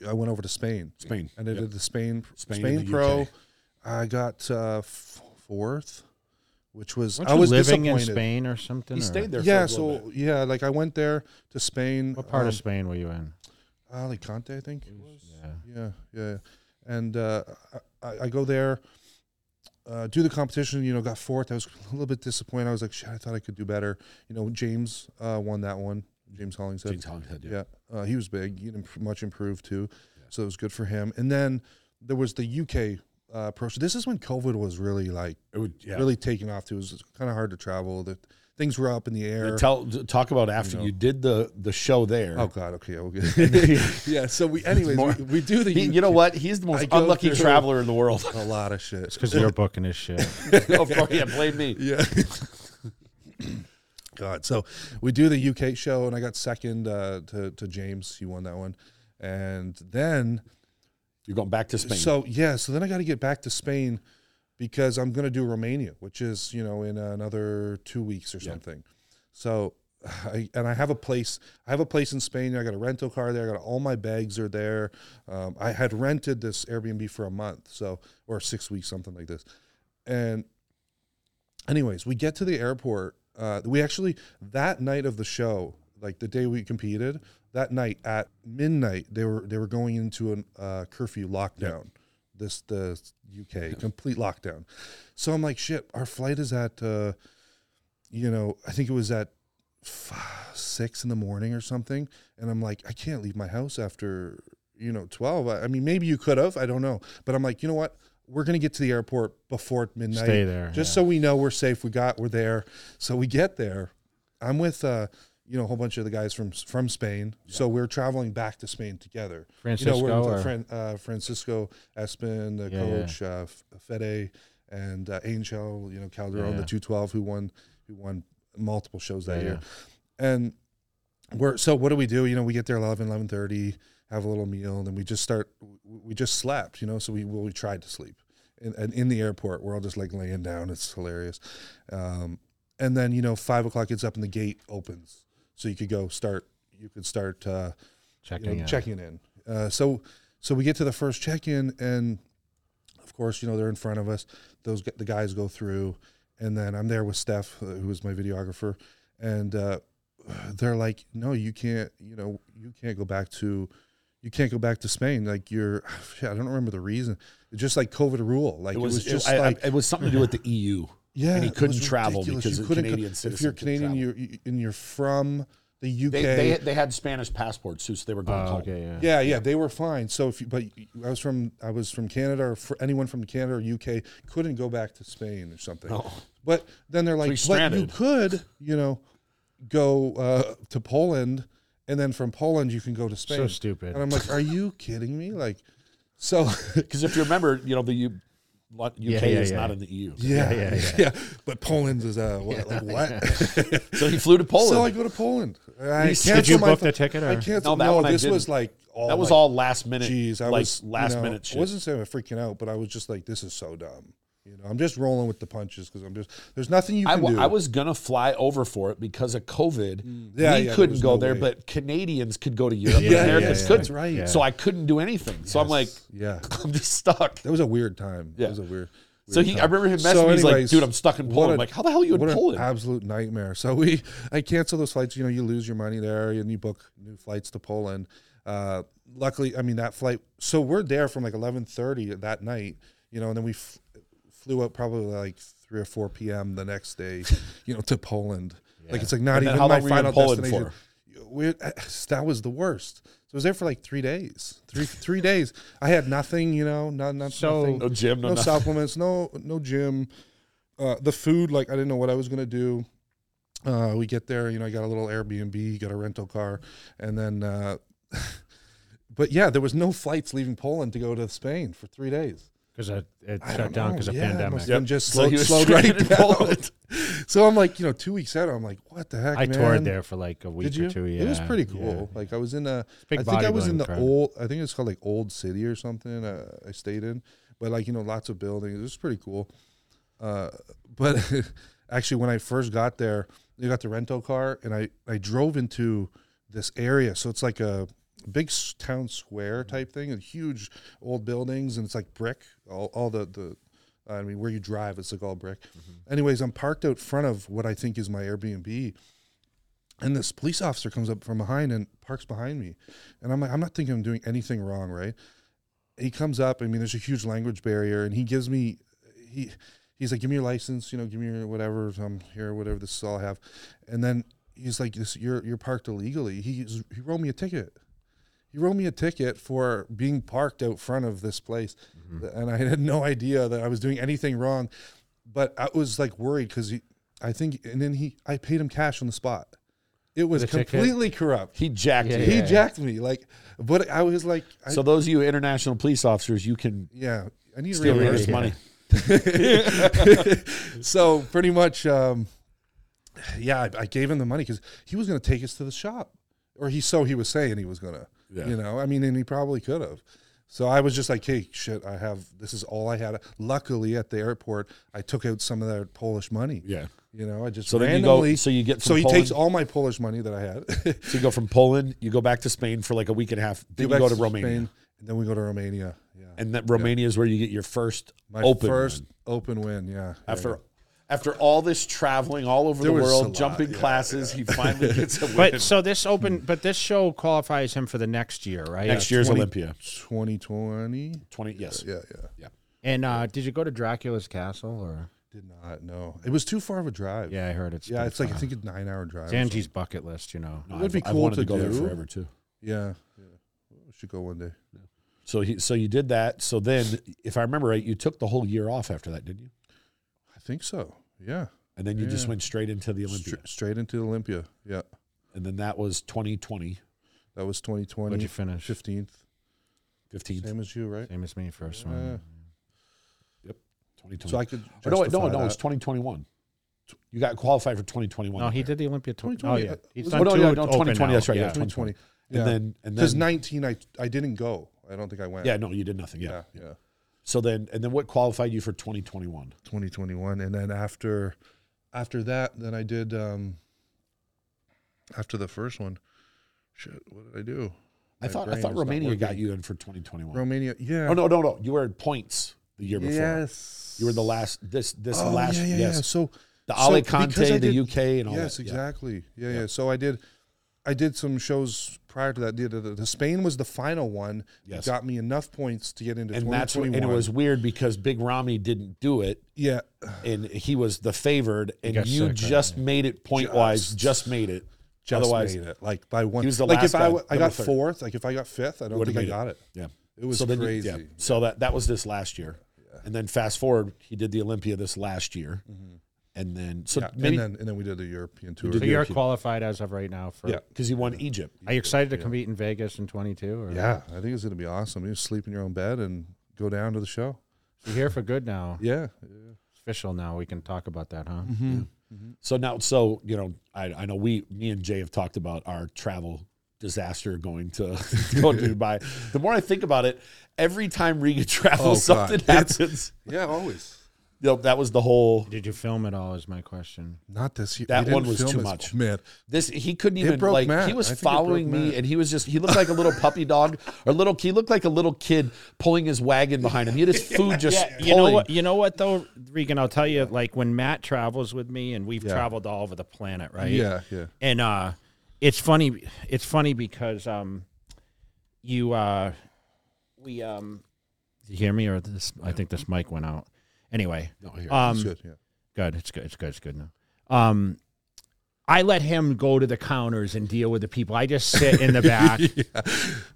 I went over to Spain, Spain. and I Yep. did the Spain Spain Spain, and the Pro. UK. I got uh, f- fourth, which was Weren't I you was living in disappointed. Spain or something? He or- stayed there. Yeah, for a little so yeah, like I went there to Spain. What part um, of Spain were you in? Alicante, I think. it was. Yeah. Yeah, yeah, and uh, I, I- I go there, uh, do the competition. You know, got fourth. I was a little bit disappointed. I was like, shit, I thought I could do better. You know, James uh, won that one. James bit. Hollingshead. James Hollingshead, yeah. Yeah, uh, he was big. He imp- much improved too, so it was good for him. And then there was the UK uh, pro. This is when COVID was really like It would, yeah. really taking off. Too, it was kind of hard to travel. The things were up in the air. But Tell talk about after you, know. did the the show there. Oh God! Okay, okay. yeah. So we, anyways, More- we, we do the He- you know what? He's the I most go unlucky through- traveler in the world. a lot of shit. Because you're booking his shit. oh, fuck, yeah, blame me. Yeah. God. So we do the UK show, and I got second uh, to to James. He won that one, and then You're going back to Spain. so yeah. So then I got to get back to Spain because I'm gonna do Romania, which is you know in another two weeks or something. So. I, and I have a place. I have a place in Spain. I got a rental car there. I got all my bags are there. Um, I had rented this Airbnb for a month, so or six weeks, something like this. And anyways, we get to the airport. Uh, we actually that night of the show, like the day we competed, that night at midnight they were they were going into a uh, curfew lockdown. This the UK complete lockdown. So I'm like, shit. Our flight is at, uh, you know, I think it was at f- six in the morning or something, and I'm like, I can't leave my house after you know twelve. I, I mean, maybe you could have. I don't know, but I'm like, you know what? We're gonna get to the airport before midnight Stay there, just yeah. so we know we're safe. We got, we're there. So we get there. I'm with, uh, you know, a whole bunch of the guys from from Spain. So we're traveling back to Spain together. you know, Francisco we're with uh, or- Fran- uh, Francisco Espen, the Yeah, yeah. coach, Uh, F- Fede, and uh, Angel. You know, Calderon, Yeah. the two twelve, who won who won multiple shows that Yeah, year. And we're so what do we do? You know, we get there 11, 11.30, have a little meal, and then we just start. w- We just slept, you know. So we well, we tried to sleep, and, and in the airport, we're all just like laying down. It's hilarious. Um, and then you know, five o'clock gets up and the gate opens, so you could go start. You could start uh, you know, Checking. out. checking in. Uh, so so we get to the first check in, and of course, you know they're in front of us. Those gu- the guys go through, and then I'm there with Steph, uh, who is my videographer, and uh, they're like, "No, you can't. You know, you can't go back to." You can't go back to Spain. Like you're, I don't remember the reason. It's just like COVID rule. Like It was, just it, I- I- like it was something to do with the E EU. yeah, and he it couldn't was travel ridiculous. because You a couldn't Canadian co- citizen If you're could Canadian, travel. you're you- and you're from the UK, They, they, they had Spanish passports too, so they were going home. Oh, yeah. Oh, yeah, yeah, they were fine. So if you, but I was from I was from Canada or for anyone from Canada or UK couldn't go back to Spain or something. But then they're like, he's but you stranded." could, you know, go uh, to Poland, and then from Poland you can go to Spain. So stupid. And I'm like, are you kidding me? Like, so Because if you remember, you know the U, lot- UK yeah, is yeah. not in the E EU. yeah, yeah, yeah, But Poland is uh, what, like what? So he flew to Poland. So I go to Poland. I Did you Did you canceled my book fl- the ticket? Or? I canceled. No, that No, one I this was didn't. like all. that was like, all last minute. Jeez, I like was you last know, minute I shit. wasn't saying I'm freaking out, but I was just like, this is so dumb. You know, I'm just rolling with the punches because I'm just. There's nothing you I, can w- do. Mm. I was gonna fly over for it because of COVID. Yeah, yeah, we there couldn't was go no there, way. but Canadians could go to Europe. Yeah, yeah, but Americans yeah, couldn't. that's right. So I couldn't do anything. So I'm like, yeah, I'm just stuck. that was a weird time. That Yeah. was a weird. So weird he, I time. remember him messaging So me. He's like, anyways, dude, I'm stuck in what Poland. a- I'm like, how the hell are you in what an Poland? absolute nightmare. So we, I cancel those flights. You know, you lose your money there, and you book new flights to Poland. Uh, luckily, I mean that flight. So we're there from like eleven thirty that night. You know, and then we f- flew out probably like three or four p.m. the next day. You know, to Poland. Like it's like not And then even how my long were you in final Poland destination. for? We, uh, that was the worst. So I was there for like three days. Three three days. I had nothing. You know, not, not So- nothing no gym, no, no nothing. supplements, no no gym. Uh, the food, like I didn't know what I was gonna do. Uh, we get there, you know, I got a little Airbnb, got a rental car, and then. Uh, but yeah, there was no flights leaving Poland to go to Spain for three days. Because it, it I shut don't down know. because of Yeah, it pandemic. must have been just So slowed, he was slowed right stranded in down. Poland. So I'm like, you know, two weeks out, I'm like, what the heck? I man? toured there for like a week Did you? or two. Yeah, It was pretty yeah. cool. Like I was in a, big I think I was in bodybuilding the crowd. old. I think it's called like Old City or something. Uh, I stayed in, but like you know, lots of buildings. It was pretty cool. Uh, but actually, when I first got there, they got the rental car, and I I drove into this area. So it's like a big s- town square Mm. type thing, and huge old buildings, and it's like brick. All all the the. I mean, where you drive, it's like all brick. Mm-hmm. Anyways, I'm parked out front of what I think is my Airbnb, and this police officer comes up from behind and parks behind me. And I'm like, I'm not thinking I'm doing anything wrong, right? He comes up, I mean, there's a huge language barrier, and he gives me he he's like, Give me your license, you know, give me your whatever, I'm here, whatever this is all I have. And then he's like, This you're you're parked illegally. He's he wrote me a ticket. He wrote me a ticket for being parked out front of this place. And I had no idea that I was doing anything wrong. But I was like worried because I think, and then he, I paid him cash on the spot. It was The ticket? completely corrupt. He jacked you. He jacked me. Like, but I was like, I, So those of you international police officers, you can yeah, I need to steal reimburse this money. so pretty much, um, yeah, I, I gave him the money because he was going to take us to the shop, or he so he was saying he was going to. Yeah. You know, I mean, and he probably could have. So I was just like, hey, shit, I have this is all I had. Luckily, at the airport, I took out some of that Polish money. Yeah. You know, I just So then you go- randomly. so you get So from he Poland- takes all my Polish money that I had. So you go from Poland, you go back to Spain for like a week and a half, then you back go to, Romania. Spain, and then we go to Romania. Yeah. And that Romania is where you get your first My open first win. open win. Yeah. after after all this traveling all over There the was world, a lot, jumping yeah, classes, he finally gets a win. But so this open, but this show qualifies him for the next year, right? Next year's Olympia. 2020. Twenty yes. Yeah, yeah. And uh, did you go to Dracula's castle or? Did not know. It was too far of a drive. Yeah, I heard it's. Yeah, pretty it's like I far. think a nine hour drive. or It's Angie's bucket list, you know. It would be I've- I've cool wanted to go do. there forever too. something. Yeah. yeah. We should go one day. So he so you did that. So then if I remember right, you took the whole year off after that, didn't you? I think so. Yeah. And then you just Yeah. went straight into the Olympia. Stra- straight into Olympia. Yeah. And then that was 2020, That was 2020. What'd you finish? 15th. 15th, Same as you, right? Same as me, first Yeah. one. 2020. So I could. Oh, no, wait, no, justify no, it's that. 2021. You got qualified for 2021. No, he did the Olympia tw- 2020, Oh yeah, uh, he's was- done oh, no, two yeah, no, open 2020, now, that's right, yeah, Yeah. 2020. And Yeah. then and Because then 19, I, I didn't go. I don't think I went. yeah, no, you did nothing. Yeah. Yeah. Yeah. So then and then what qualified you for 2021? 2021 and then after after that then i did um after the first one shit what did i do I thought I brain thought is not Romania working. got you in for 2021. Romania. Yeah. Oh no, no, no. You were in points the year before. Yes. You were the last this this Oh, last yeah, yeah, yeah. yes. So The so Ale because Conte, I the did- UK and all yes, that. yeah. exactly. Yeah. yeah, So I did, I did some shows prior to that. The, the, the Spain was the final one. that Yes. got me enough points to get into And that's what, 2021. and it was weird because Big Rami didn't do it yeah, and he was the favored and got you sick, just made it point wise, just made it. just Otherwise, made it like by one. he was the like last if I guy, w- I middle got third. fourth, like if I got fifth, I don't Would've think I made it. got it. yeah. It was then you- crazy. yeah. So that that was this last year. And then fast forward, he did the Olympia this last year. And then so Mm-hmm. Yeah, maybe and then and then we did the European tour. So you're qualified as of right now for. Yeah. because he won Egypt. Are you excited to compete in Vegas in 22? Or yeah, I think it's gonna be awesome. You just sleep in your own bed and go down to the show. You're here for good now. Yeah, It's official now. We can talk about that, huh? Mm-hmm. So now, so you know, I, I know we, me and Jay have talked about our travel disaster going to going to Dubai. The more I think about it, every time Riga travels, Oh, God. something It's- happens. yeah, always. You know, that was the whole. Did you film it all? Is my question. Not this year. That We didn't one was film too as- much. man. This he couldn't even broke like. Matt. He was I think it broke following me, Matt. and he was just he looked like a little puppy dog or little. He looked like a little kid pulling his wagon behind him. He had his food just Yeah, you know pulling. what? You know what though, Regan. I'll tell you. Like when Matt travels with me, and we've traveled all over the planet, right? Yeah, yeah. And uh, it's funny. It's funny because um, you uh, we um, you hear me or this? I think this mic went out. Anyway, No, here. um, It's good. Yeah. Good. It's good. It's good. It's good now. Um, I let him go to the counters and deal with the people. I just sit in the back,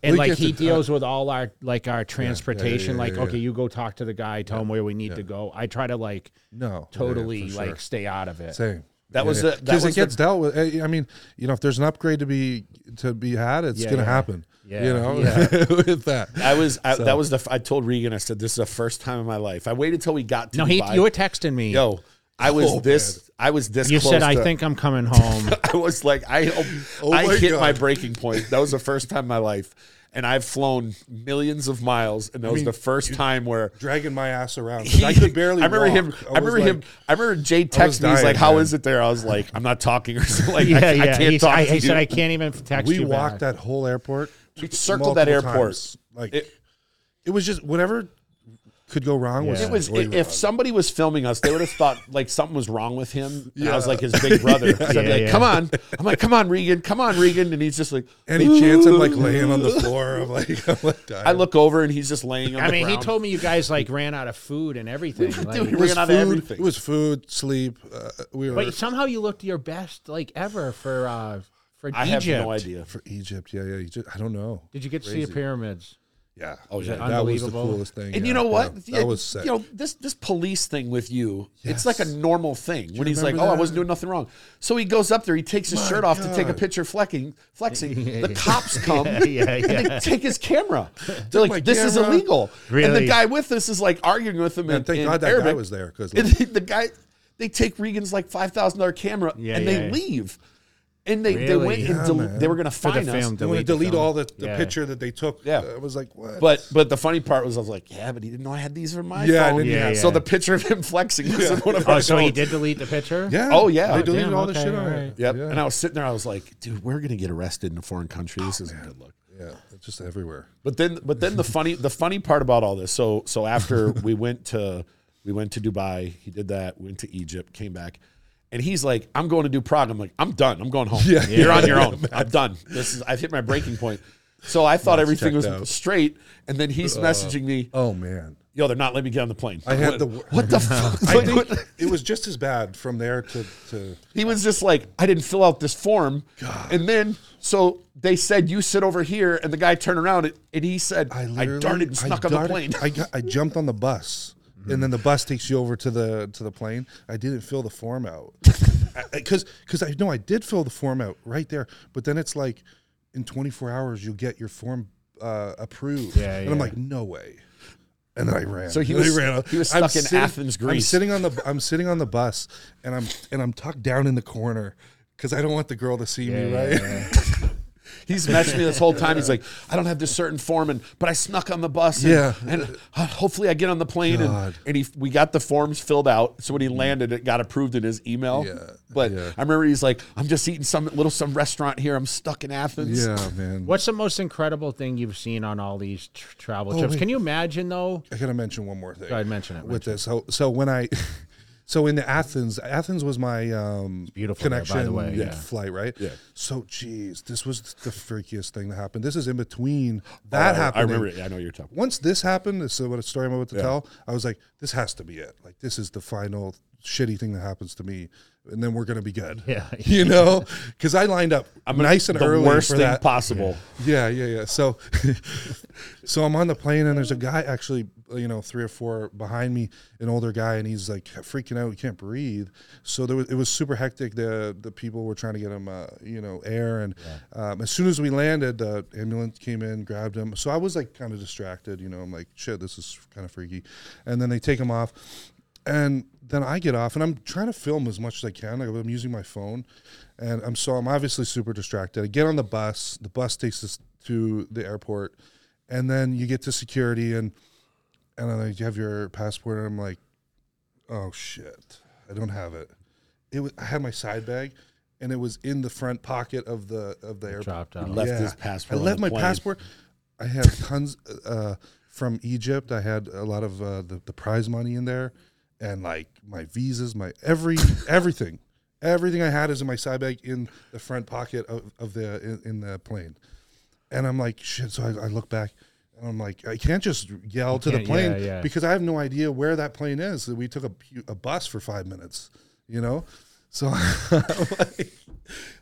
and We like get he to- deals with all our like our transportation. yeah, like, yeah, okay, you go talk to the guy, tell him where we need to go. I try to like No. yeah, totally for sure. like stay out of it. Same. That was the- that because was it the- gets dealt with. eh, I I mean, you know, if there's an upgrade to be to be had, it's Yeah, gonna yeah. happen. Yeah, you know, yeah. with that. I was I, that was the f- I told Regan I said this is the first time in my life. I waited till we got to No, he. Dubai. You were texting me. Yo, I Oh, was this. I was this. you close said I to- think I'm coming home. I was like, I hope Oh I my hit God. my breaking point. That was the first time in my life, and I've flown millions of miles, and that was the first time where. Dragging my ass around. 'cause I could barely. I remember walk. him. I, was remember him. like- I remember Jay was texted me. He's dying, like, "How man. is it there?" I was like, "I'm not talking." Or something. Like, yeah, I, yeah. I can't he, talk I, to he you. said I can't even text We you. walked back. that whole airport. We circled that multiple airport. times. Like It- it, was just whatever could go wrong was uh, Yeah. It was way if wrong. somebody was filming us, they would have thought like something was wrong with him. And I was like his big brother. 'Cause I'd be Yeah, like, yeah. "Come on!" I'm like, "Come on, Regan! Come on, Regan!" And he's just like, any chance I'm like laying on the floor. I'm like, I'm like dying. I look over and he's just laying on I the mean, he ground. told me you guys like ran out of food and everything. like- Dude, It was ran out food. of everything. It was food, sleep. Uh, we were but somehow you looked your best like ever for uh for I Egypt. have no idea. for Egypt. Yeah, yeah. Egypt, I don't know. Did you get to see the Crazy. pyramids? Yeah. Oh, yeah. That was the Unbelievable. coolest thing. And yeah, you know what? yeah, Yeah, that was sick. You know this this police thing with you. It's Yes. like a normal thing. when he's like, remember "Oh, I that? wasn't doing nothing wrong," so he goes up there, he takes his shirt off to take a God. picture, flecking, flexing. the cops come yeah, and they take his camera. They're my like, "This is camera." illegal." And the Really? guy with us is like arguing with him. And in, thank in God that guy Arabic. was there because And they- the guy, they take Regan's like five thousand dollar camera Yeah, and they yeah. leave. And they, they Really? went Yeah, and del- man. they were gonna the find us. film. they want to delete the delete film. all the, the Yeah. picture that they took. Yeah. I was like, what? But but the funny part was I was like, yeah, but he didn't know I had these for my Yeah, I phone. didn't- Yeah, So yeah. the picture of him flexing was in one of our Oh, so he phones. did delete the picture? yeah, oh, yeah. they Oh, deleted damn, all the okay, shit on alright. it. Yep. Yeah. And I was sitting there, I was like, dude, we're gonna get arrested in a foreign country. This isn't good look. yeah, it's just everywhere. But then but then the funny the funny part about all this, so so after we went to we went to Dubai, he did that, went to Egypt, came back. And he's like, I'm going to do Prague. I'm like, I'm done. I'm going home. Yeah. You're on your own. I'm done. This is I've hit my breaking point. So I thought everything was checked out. straight. And then he's messaging me, Oh man, yo, they're not letting me get on the plane. I had what, the wor- what the fuck? I Like, think what- it was just as bad from there to to. he was just like, I didn't fill out this form, and then so they said you sit over here, and the guy turned around and, and he said, I, literally- darted and I snuck on the darted- plane. Mm-hmm. I got, I jumped on the bus. And then the bus takes you over to the to the plane. I didn't fill the form out because because I know I did fill the form out right there. But then it's like in 24 hours you'll get your form uh, approved. Yeah, and I'm yeah. like, no way. And then I ran. So he And I was- ran out. he was I'm stuck in Athens, I'm Greece. sitting on the I'm sitting on the bus and I'm and I'm tucked down in the corner because I don't want the girl to see me. Yeah, Right. yeah, He's messaged me this whole time. He's like, I don't have this certain form, and but I snuck on the bus. And, Yeah. and uh, hopefully I get on the plane. And, God. and he, we got the forms filled out. So when he landed, it got approved in his email. Yeah, But yeah. I remember he's like, I'm just eating some little some restaurant here. I'm stuck in Athens. Yeah, man. What's the most incredible thing you've seen on all these tr- travel trips? Oh, wait. Can you imagine though? I gotta mention one more thing. Go ahead, mention it, with this. So, so when I, so in Athens, Athens was my um, beautiful there, by connection the way, yeah. flight, right? Yeah. So, geez, this was the freakiest thing that happened. This is in between that Oh, I- I happened. remember it. I know what you're talking about. Once this happened, this is what a story I'm about to tell. I was like, this has to be it. Like, this is the final shitty thing that happens to me, and then we're gonna be good. Yeah. You know, because I lined up nice and the early worst for thing that. possible. Yeah, yeah, yeah. So, so I'm on the plane and there's a guy actually, you know, three or four behind me, an older guy, and he's like freaking out. He can't breathe. So there was, it was super hectic. The the people were trying to get him, uh, you know, air. And um, as soon as we landed, the ambulance came in, grabbed him. So I was like kind of distracted. You know, I'm like, shit, this is kind of freaky. And then they take him off. And then I get off, and I'm trying to film as much as I can. Like I'm using my phone, and I'm so I'm obviously super distracted. I get on the bus. The bus takes us to the airport, and then you get to security, and and I'm like, "Do you have your passport?" And I'm like, "Oh shit, I don't have it." It was I had my side bag, and it was in the front pocket of the of the airport. Dropped out. Left his I passport on left the my plane. passport. I had tons uh, from Egypt. I had a lot of uh, the, the prize money in there, and like my visas, my every everything, everything I had is in my side bag in the front pocket of, of the in, in the plane. And I'm like, shit. So I, I look back, and I'm like, I can't just yell to the can't- plane yeah, yeah. because I have no idea where that plane is. We took a, pu- a bus for five minutes, you know. So I'm like,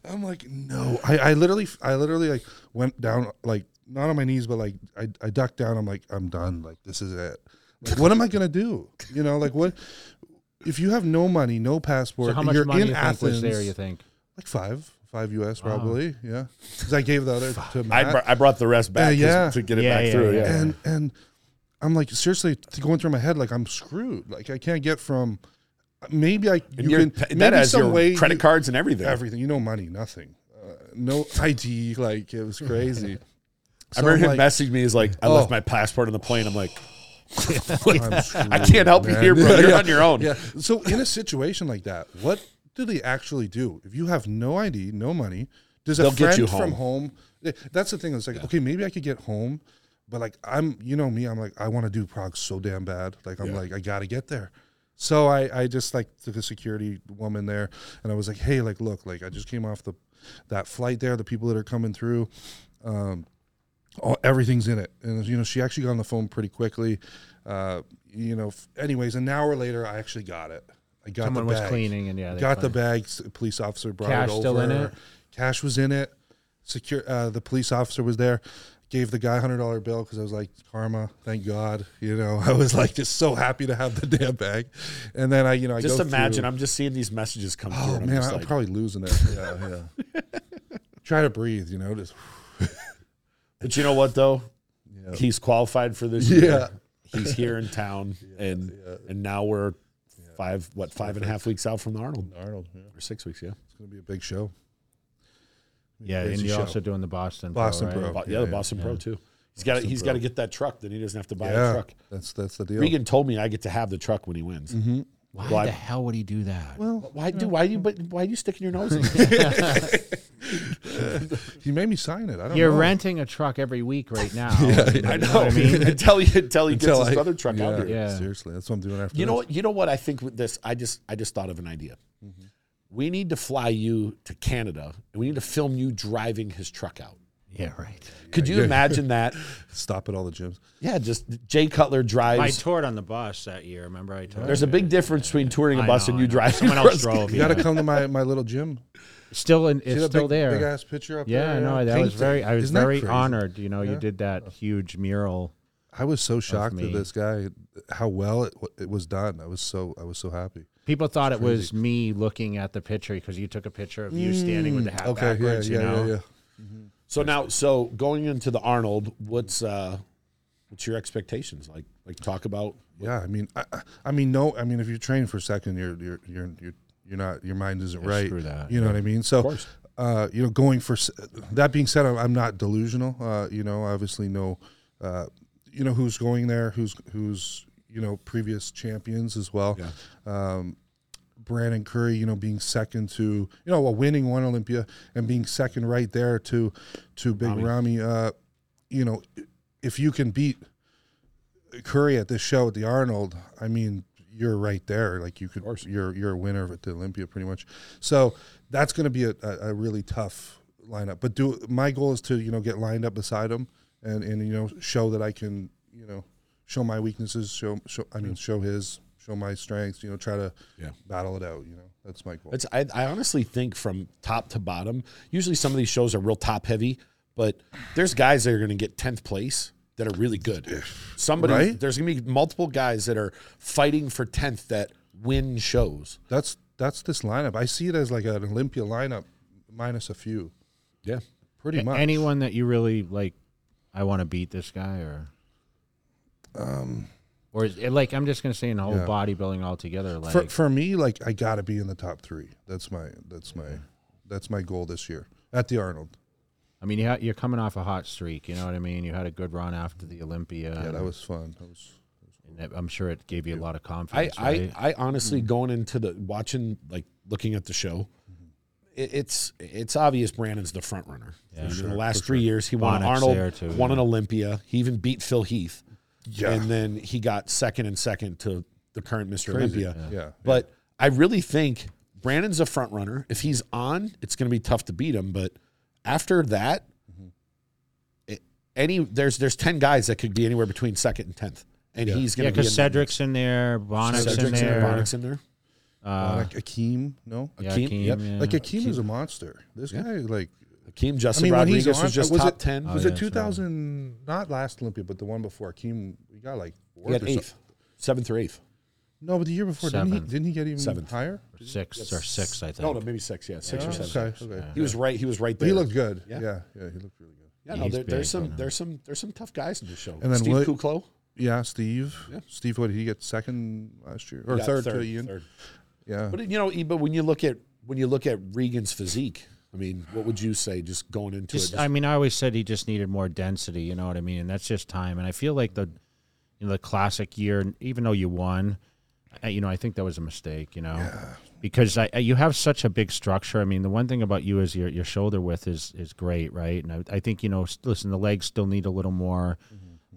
I'm like, no. I, I literally, I literally like went down, like not on my knees, but like I, I ducked down. I'm like, I'm done. Like this is it. Like, what am I gonna do? You know, like what? If you have no money, no passport, So how much you're money in you Athens. think was there? You think? Like five, five US probably. Yeah, because I gave the other to Matt. I, br- I brought the rest back Uh, 'cause- yeah. to get it Yeah, back yeah, through. yeah. Yeah. and and I'm like seriously t- going through my head like I'm screwed. Like I can't get from maybe I And your- can that maybe has some your way credit you- cards and everything. everything. You know, money, nothing, uh, no ID. Like it was crazy. I remember So him I'm like, Oh. messaging me. He's like, I left my passport on the plane. I'm like, I'm screwed, I can't help you man. here, bro. Yeah, You're yeah. on your own. Yeah. So in a situation like that, what do they actually do? If you have no ID, no money, does a They'll friend get you from home? eh, That's the thing. It's like, okay, maybe I could get home, but like I'm, you know me, I'm like I want to do Prague so damn bad. Like I'm like I gotta get there. So I, I just like took a security woman there, and I was like, hey, like look, like I just came off the that flight there. The people that are coming through, um, all, everything's in it. And you know, she actually got on the phone pretty quickly. Uh, you know, f- anyways, an hour later, I actually got it. I got Someone the was bag. cleaning, and yeah, they got the found- bag. S- Police officer brought Cash it over. still in it? Cash was in it. Secure. Uh, the police officer was there. Gave the guy hundred dollar bill because I was like karma. Thank God. You know, I was like just so happy to have the damn bag. And then I, you know, I Just go through- imagine. I'm just seeing these messages come through. Oh And I'm man, just I'm like, probably losing it. Yeah, yeah. Try to breathe. You know, just but you know what though? He's qualified for this. yeah. Year. He's here in town, and and now we're five what five and a half weeks out from the Arnold Arnold. Yeah. or six weeks. Yeah. It's gonna be a big show. Yeah, Crazy and you're show. also doing the Boston. Boston right? Pro. Bo- Yeah, yeah, the yeah, Boston Pro too. He's got he's got to get that truck. Then he doesn't have to buy a yeah, truck. that's that's the deal. Regan told me I get to have the truck when he wins. Mm-hmm. Why Well, I- the hell would he do that? Why Mm. do why you but why you sticking your nose in? He made me sign it. I don't. You're know. renting a truck every week right now. You know I what know. until he until he Till gets his I- other truck out yeah, here. Yeah. Seriously, that's what I'm doing after. You know this. what? You know what? I think with this, I just I just thought of an idea. Mm-hmm. We need to fly you to Canada, and we need to film you driving his truck out. Yeah, right. Could you imagine that? Stop at all the gyms. Yeah, just Jay Cutler I drives. toured on the bus that year. Remember, I toured. There's a big difference between touring a I bus know, and I you know. driving. Someone else across- drove. You yeah. got to come to my my little gym. Still, in, it's See that still big, there. Big ass picture up yeah, there. no, that was Painted. very. I was Isn't that very crazy? honored. You know, you did that huge mural. I was so shocked me. at this guy, how well it, w- it was done. I was so I was so happy. People thought it was me looking at the picture because you took a picture of you standing with the hat Mm, Okay, yeah, backwards. yeah, you know, yeah, yeah. So now, so going into the Arnold, what's uh, what's your expectations like? Like talk about Yeah, I mean, I, I- I mean, no, I mean, if you train for a second, you're you're you're you're, you're not your mind isn't right. screw that, You know what I mean? So, course. uh, you know, going for s- that being said, I'm, I'm not delusional. Uh, you know, I obviously know, uh, you know, who's going there, who's, who's, you know, previous champions as well. Um, Brandon Curry, you know, being second to, you know, well, winning one Olympia and being second right there to, to Big Rami, uh, you know, if you can beat Curry at this show at the Arnold, I mean, you're right there. Like you could, you're you're a winner of it to Olympia pretty much. So that's going to be a, a, a really tough lineup. But do my goal is to you know get lined up beside him and and you know show that I can you know show my weaknesses, show, show I mean show his, show my strengths. You know, try to Yeah. battle it out. You know, that's my goal. It's I, I honestly think from top to bottom. Usually some of these shows are real top heavy, but there's guys that are going to get tenth place that are really good. Somebody Right? there's going to be multiple guys that are fighting for tenth that win shows. that's that's this lineup. I see it as like an Olympia lineup minus a few, Yeah, pretty much. Anyone that you really like, I want to beat this guy, or um, or is it like I'm just gonna say in the whole Um, Yeah. bodybuilding altogether, like for, for me like i gotta be in the top three that's my that's my that's my goal this year at the arnold I mean, you ha- you're coming off a hot streak, you know what I mean? You had a good run after the Olympia. yeah that was fun that was and that- I'm sure it gave you a lot of I confidence. right? I, I honestly going into the watching like looking at the show. it- It's it's obvious Brandon's the front runner. I mean, in the last three years, he won Bonnick's there Arnold, too, won yeah. an Olympia. He even beat Phil Heath. yeah and then he got second and second to the current Mr. crazy. Olympia. yeah, yeah. But I really think Brandon's a front runner. If he's on, it's going to be tough to beat him. But after that, Mm-hmm. it- any there's there's ten guys that could be anywhere between second and tenth, and he's yeah, going to be because in that mix. Cedric's in there, Bonnick's in Cedric's there, Bonnick's in there. Uh, like akeem no yeah, Akeem, Akeem, yep. yeah. like akeem is a monster this guy like Akeem i Justin mean when Rodriguez he's on, was just was top it, ten. Oh, was yeah, it 2000 not last olympia but the one before akeem he got like he fourth got or eighth, something. seventh or eighth. no but the year before didn't he, Seventh. didn't he get even Seventh. higher six or six, I think. No, no, maybe six. Yeah, six Oh, or okay, seven. okay. He was right. He was right But he there. looked good Yeah. yeah yeah, he looked really good Yeah, no, He's there, there's big, some, but, uh, there's some, there's some tough guys in the show. And then Steve Willi- Kuklo, yeah steve Yeah. steve what did he get second last year or Yeah, third, to ian third. yeah But you know, e- but when you look at when you look at Regan's physique, I mean, what would you say just going into Just- it? I mean, I always said he just needed more density. You know what I mean? And that's just time. And I feel like the, you know, the classic year, even though you won, I, you know, I think that was a mistake. You know, because I, I you have such a big structure. I mean, the one thing about you is your your shoulder width is is great, right? And I, I think you know, s- listen, the legs still need a little more.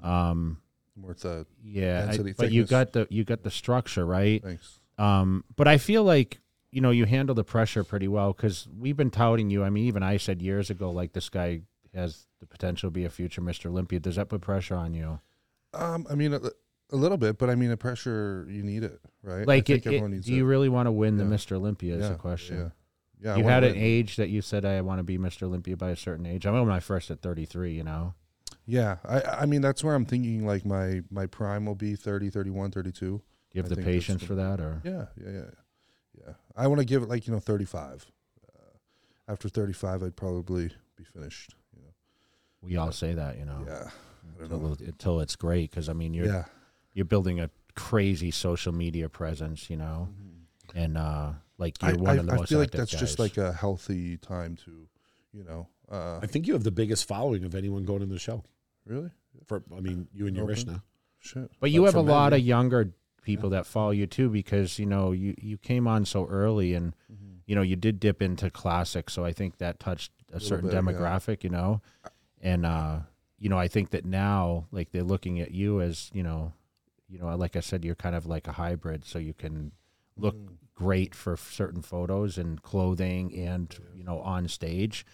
Um, more the yeah, I- Density, but you thickness. got the you got the structure right. thanks Um, but I feel like you know you handle the pressure pretty well because we've been touting you. I mean, even I said years ago, like this guy has the potential to be a future Mr. Olympia. Does that put pressure on you? Um, I mean, a, a little bit, but I mean, the pressure you need it, right? Like, I it, it- do you really want to win the Mr. Olympia? Is yeah, the question. Yeah, yeah. I You wanna had an win. age that you said I want to be Mr. Olympia by a certain age. I'm on my first at 33. You know, Yeah, I, I mean, that's where I'm thinking. Like my my prime will be 30, 31, 32. do you have I the think that's patience good. for that, or Yeah, yeah, yeah, yeah. I want to give it like you know thirty five. Uh, after thirty five, I'd probably be finished. You know? we all say that, you know, Yeah, I don't know. until, until it's great. Because I mean, Oh, you're Yeah, you're building a crazy social media presence, you know, and uh, like Mm-hmm. I, you're one of the I, I most feel like active that's just guys. like a healthy time to, you know, uh, I think you have the biggest following of anyone going in the show. really For I mean, you and your Okay. Rishna. shit. But you have a for men, lot yeah. of younger people that follow you too, because you know you you came on so early, and Mm-hmm. you know you did dip into classic, so I think that touched a, certain bit, yeah. demographic, you know, and uh, you know I think that now like they're looking at you as you know, you know, like I said, you're kind of like a hybrid, so you can look Mm-hmm. great for certain photos and clothing, and you know on stage,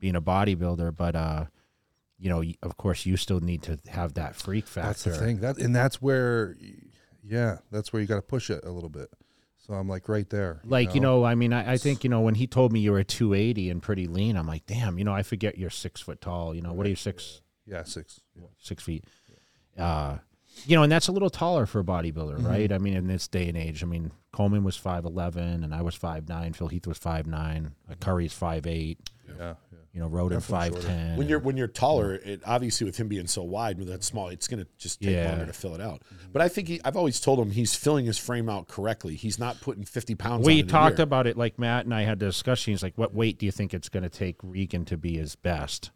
being a bodybuilder, but uh. You know, y- of course, you still need to have that freak factor. That's the thing. That and that's where, y- yeah, that's where you got to push it a little bit. So I'm like right there. like you know i mean I, I think you know when he told me you were 280 and pretty lean i'm like damn you know i forget you're six foot tall you know what are you six yeah, six. Yeah. six feet uh you know and that's a little taller for a bodybuilder Mm-hmm. right i mean in this day and age i mean coleman Mm-hmm. was 511 and i was 5'9 phil heath was 5'9 uh, curry's 5'8 yeah, yeah. You know, rode in five ten. When you're when you're taller, it obviously with him being so wide with that small, it's gonna just take Yeah. longer to fill it out. But I think he, I've always told him he's filling his frame out correctly. He's not putting fifty pounds. on we it a talked year. about it, like Matt and I had a discussion. He's like, "What weight do you think it's going to take Regan to be his best?"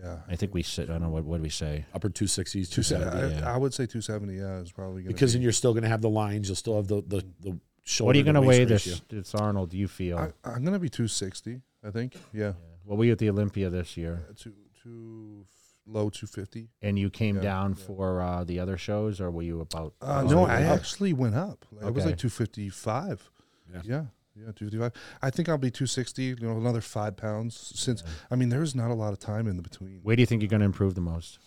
Yeah. I think we said, I don't know what what did we say. upper two sixties, two seventy. I, Yeah. I would say 270. Yeah, is probably gonna Because be- then you're still gonna have the lines. You'll still have the the the shoulder. What are you to going to waist weigh ratio. this this Arnold? Do you feel? I, I'm gonna be 260. I think. Yeah, well, we at the Olympia this year, two two low 250. and you came down for uh, the other shows, or were you about? Uh, oh, no, you I were up. actually went up. Like, It was Okay. like 255. Yeah. Yeah. yeah. 255. I think I'll be 260, you know, another five pounds since, I mean, there's not a lot of time in the between. Where do you think you're going to improve the most?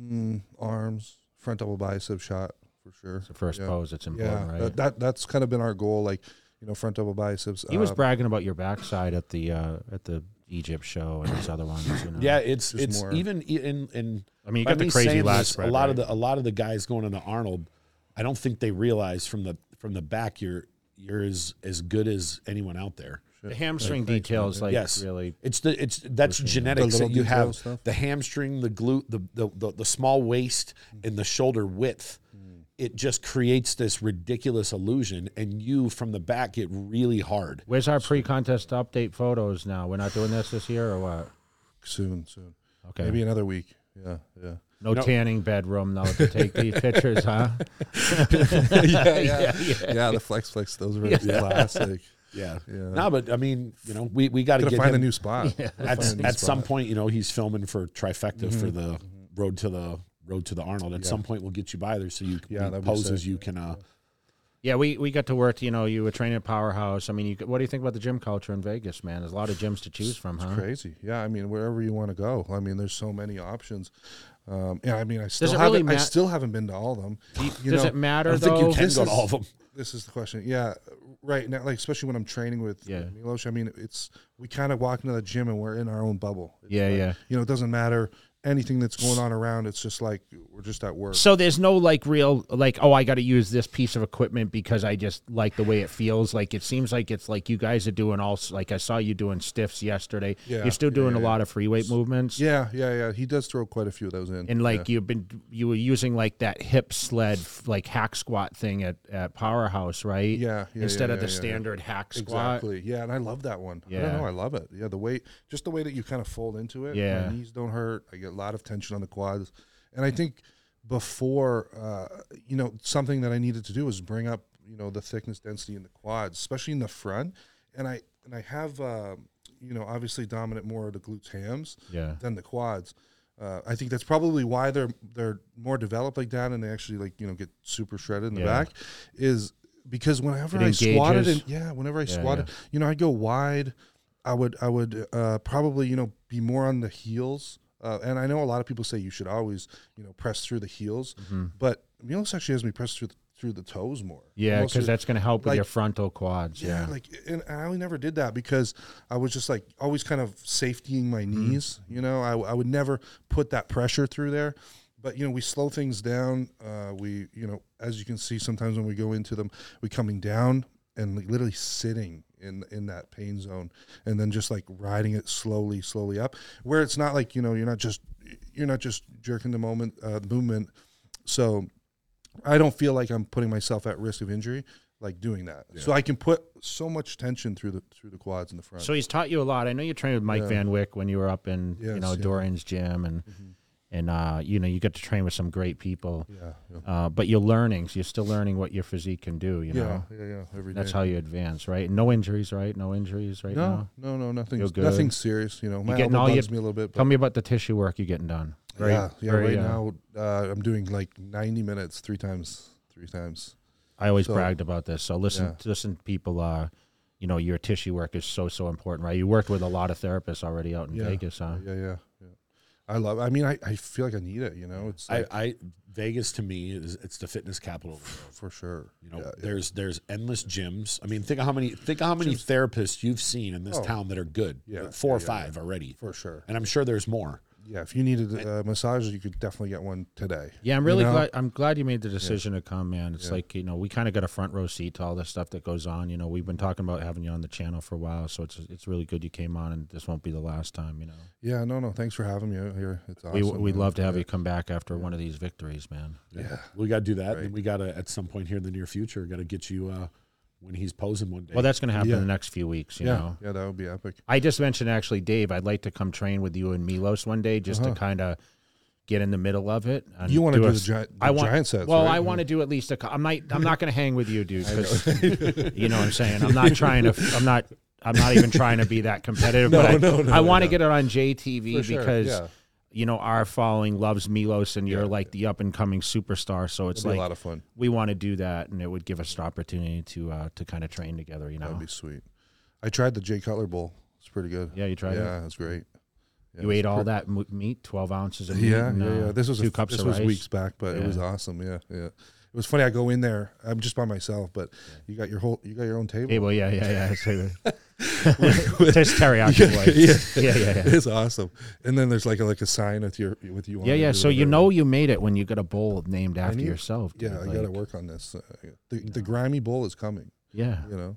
Mm, arms, front double bicep shot for sure. It's the first Yeah. pose. It's Yeah. important, right? That, that, that's kind of been our goal. Like, you know, front double biceps. he was uh, bragging about your backside at the uh, at the Egypt show and his other ones. You know? Yeah, it's Just it's more- even e- in in I mean, you by got the me crazy saying lat this, spread, A lot of right? the a lot of the guys going into Arnold, I don't think they realize from the from the back you're you're as as good as anyone out there. the hamstring details, like Yes. really. It's the it's that's The genetics that little you detail have stuff. the hamstring, the glute, the the, the the small waist, and the shoulder width. It just creates this ridiculous illusion, and you from the back get really hard. Where's our pre-contest update photos now? We're not doing this this year, or what? soon, soon. Okay. Maybe another week. Yeah. Yeah. No, tanning bedroom though to take these pictures, huh? yeah, yeah, yeah. The flex flex, those were classic. Yeah, Yeah. No, but I mean, you know, we we got to Gotta get find him- a new spot. Gotta find at, a new spot. at some point, you know, he's filming for Trifecta for Mm-hmm. the road to the road to the Arnold. At some point, we'll get you by there so you can Yeah, yeah, that'd be poses sick. you can. Uh, Yeah, we, we got to work. You know, you were training at Powerhouse. I mean, you, what do you think about the gym culture in Vegas, man? There's a lot of gyms to choose from, huh? crazy. Yeah, I mean, wherever you want to go. I mean, there's so many options. Um, yeah, I mean, I still it haven't. really I mat- still haven't been to all of them. You Does know, it matter I think though? you can This go to is- all of them. This is the question. Yeah, right now, like especially when I'm training with Yeah. yeah. Milos. I mean, it's we kind of walk into the gym and we're in our own bubble. It's Yeah, like, yeah. You know, it doesn't matter anything that's going on around. It's just like we're just at work. So there's no like real like oh I got to use this piece of equipment because I just like the way it feels. Like it seems like it's like you guys are doing all like I saw you doing stiffs yesterday. Yeah, You're still yeah, doing a yeah. lot of free weight movements. Yeah, yeah, yeah. He does throw quite a few of those in. And like you've been you were using like that hip sled f- like hack squat thing at at Powerhouse, right? Yeah, yeah, Instead yeah, of the yeah, yeah. standard hack squat. Exactly. Yeah, and I love that one. I Yeah. don't know. I love it. Yeah, the way just the way that you kind of fold into it. Yeah. My knees don't hurt. I get a lot of tension on the quads, and I think before uh, you know something that I needed to do was bring up you know the thickness density in the quads, especially in the front. And I and I have um, you know obviously dominant more of the glutes hams Yeah. than the quads. Uh, I think that's probably why they're they're more developed like that, and they actually like you know get super shredded in the Yeah. back, is because whenever It I squatted engages. and yeah, whenever I Yeah, squatted, you know, I'd go wide. I would, I would uh, probably, you know, be more on the heels. Uh, and I know a lot of people say you should always, you know, press through the heels, Mm-hmm. but Milos actually has me press through the, through the toes more. Yeah, Mostly- because that's going to help with like- your frontal quads. yeah, like and I only never did that because I was just like always kind of safetying my knees. You know, I, I would never put that pressure through there. But you know, we slow things down. Uh, we you know, as you can see, sometimes when we go into them, we coming down and like literally sitting in in that pain zone, and then just like riding it slowly, slowly up, where it's not like you know you're not just you're not just jerking the moment uh, movement. So I don't feel like I'm putting myself at risk of injury like doing that. So I can put so much tension through the through the quads in the front. So he's taught you a lot. I know you trained with Mike Van Wyck when you were up in you Yes, know yeah. Mm-hmm. Dorian's gym, and and uh, you know you got to train with some great people. yeah, yeah, Uh, but you're learning, so you're still learning what your physique can do. You yeah, know, yeah, yeah, every day. that's how you advance, right? No injuries, right? No injuries, right? no, now? no, no, nothing, Feel good. nothing serious. You know, my getting all elbow your- bugs me a little bit. Tell But me about the tissue work you're getting done. Very- yeah, yeah. very, right uh, now, uh, I'm doing like 90 minutes, three times, three times. I always so- bragged about this. So listen, Yeah. listen, people. Uh, you know, your tissue work is so so important, right? You worked with a lot of therapists already out in Yeah, Vegas, huh? Yeah, yeah, yeah. I love. I mean, I, I feel like I need it. You know, it's I, like, I Vegas to me is it's the fitness capital. of the world. for sure. You know, yeah, yeah. there's there's endless gyms. I mean, think of how many think of how many therapists you've seen in this town that are good. Oh. Yeah, four or yeah, yeah, five already, for sure. and I'm sure there's more. yeah, if you needed a massage, you could definitely get one today. Yeah, I'm really You know? glad. I'm glad you made the decision to come, man. It's like you know we kind of got a front row seat to all this stuff that goes on. You know, we've been talking about having you on the channel for a while, so it's it's really good you came on, and this won't be the last time. You know, Yeah, no, no. Thanks for having me out here. It's awesome. we we'd man. love to have Yeah. you come back after one of these victories, man. Yeah. We got to do that. And we got to, at some point here in the near future, got to get you uh, when he's posing one day. Well, that's going to happen Yeah. in the next few weeks. You Yeah. know, Yeah, that would be epic. I just mentioned actually, Dave, I'd like to come train with you and Milos one day just to kind of get in the middle of it. And Uh-huh. You wanna do a- the giant- the I want, giant sets, Well, right? I want to do at least a. cou- I'm not. I'm not going to hang with you, dude. 'cause- you know what I'm saying. I'm not trying to. I'm not. I'm not even trying to be that competitive. but I, no, no, I want to get it on JTV sure, because. yeah. You know, our following loves Milos, and you're like the up and coming superstar. So it's It'd be like a lot of fun. we want to do that, and it would give us the opportunity to uh, to kind of train together. You know, That'd be sweet. I tried the Jay Cutler Bowl. It's pretty good. Yeah, you tried it? Yeah, it's great. You ate all that mo- meat, twelve ounces of meat. Yeah, and, yeah, uh, yeah. This was two a, cups this of was rice. weeks back, but it was awesome. Yeah, yeah. It was funny. I go in there. I'm just by myself, but you got your whole you got your own table. Table, yeah, yeah, yeah. So, Just teriyaki whites. Yeah, yeah, yeah. It's awesome. And then there's like a, like a sign with your with you. On Yeah, it yeah. or So you whatever. know you made it when you got a bowl named after need- yourself. Yeah, dude. I got to Like, work on this. Uh, the the grimy bowl is coming. Yeah. You know.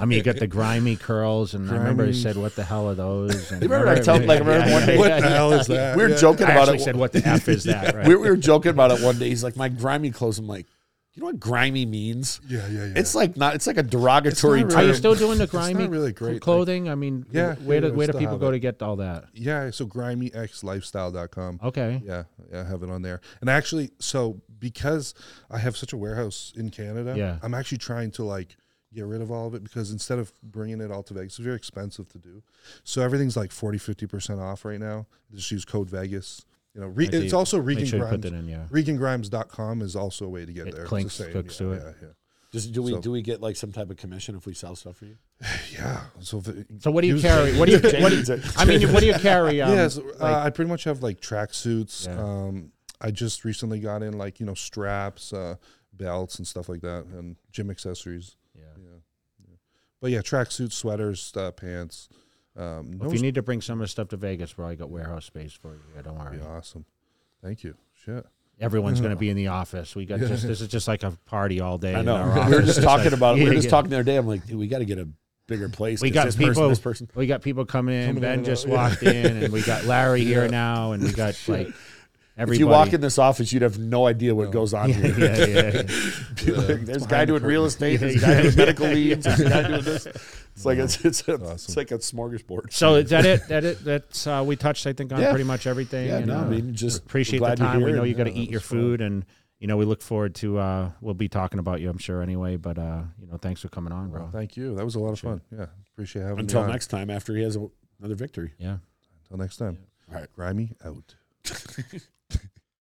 I mean, you got the grimy curls, and I remember you Grimy. said, "What the hell are those?" And Remember I told- like, remember one day- What the hell is that? We were Yeah. joking I about actually it. said, "What the f is that?" Right? we, we were joking about it one day. He's like, my grimy clothes. I'm like, you know what grimy means? Yeah, yeah, yeah. It's like not. It's like a derogatory It's not Are term. you still doing the grimy not really great, like- clothing? I mean, Yeah, Where yeah, do we where do still people have go it. to get all that? Yeah, so grimyxlifestyle.com. Okay. Yeah, yeah, I have it on there. And actually, so because I have such a warehouse in Canada, Yeah. I'm actually trying to like get rid of all of it because instead of bringing it all to Vegas, it's very expensive to do. So everything's like 40, 50% off right now. Just use code Vegas. You know, re- I see. it's also Regan Make sure you put Grimes. that in. Yeah. ReganGrimes.com is also a way to get It there. It's the clinks- same, clicks yeah, to it. Yeah, yeah. Just, do we So- do we get like some type of commission if we sell stuff for you? Yeah, So, the, So what do you carry? What do you? What do you I mean, what do you carry? Um, yeah, so, uh, I pretty much have like tracksuits. Yeah. Um, I just recently got in like you know straps, uh, belts, and stuff like that, and gym accessories. yeah. But yeah, tracksuits, sweaters, uh, pants. Um, Well, no if you need to bring some of the stuff to Vegas, bro, I got warehouse space for you. Yeah, don't worry. be awesome. Thank you. Shit. Everyone's going to be in the office. We got just this is just like a party all day. I in know. our We were office. just It's talking like- about. it. We were Yeah, just yeah. talking the other day. I'm like, dude, we got to get a bigger place. We 'cause got this people. Person, this person. We got people coming in. Coming ben in, just yeah. walked in, and we got Larry here now, and we got like everybody. If you walk in this office, you'd have no idea what goes on here. yeah, yeah, yeah. Be like, there's a guy doing real estate. There's a guy doing medical leaves. There's a guy doing this. It's like it's it's, a, it's like a smorgasbord. So is that it? That it? That's uh, we touched. I think on Yeah. pretty much everything. Yeah, and, no, uh, I mean, just appreciate glad the you're time. We here know and- you got to eat your food, and you know we look forward to. Uh, we'll be talking about you, I'm sure, anyway. But uh, you know, thanks for coming on, bro. Thank you. That was a lot of fun. Yeah. Appreciate having Until me. on. next time, after he has a, another victory. Yeah. Until next time. All right. Grimy out.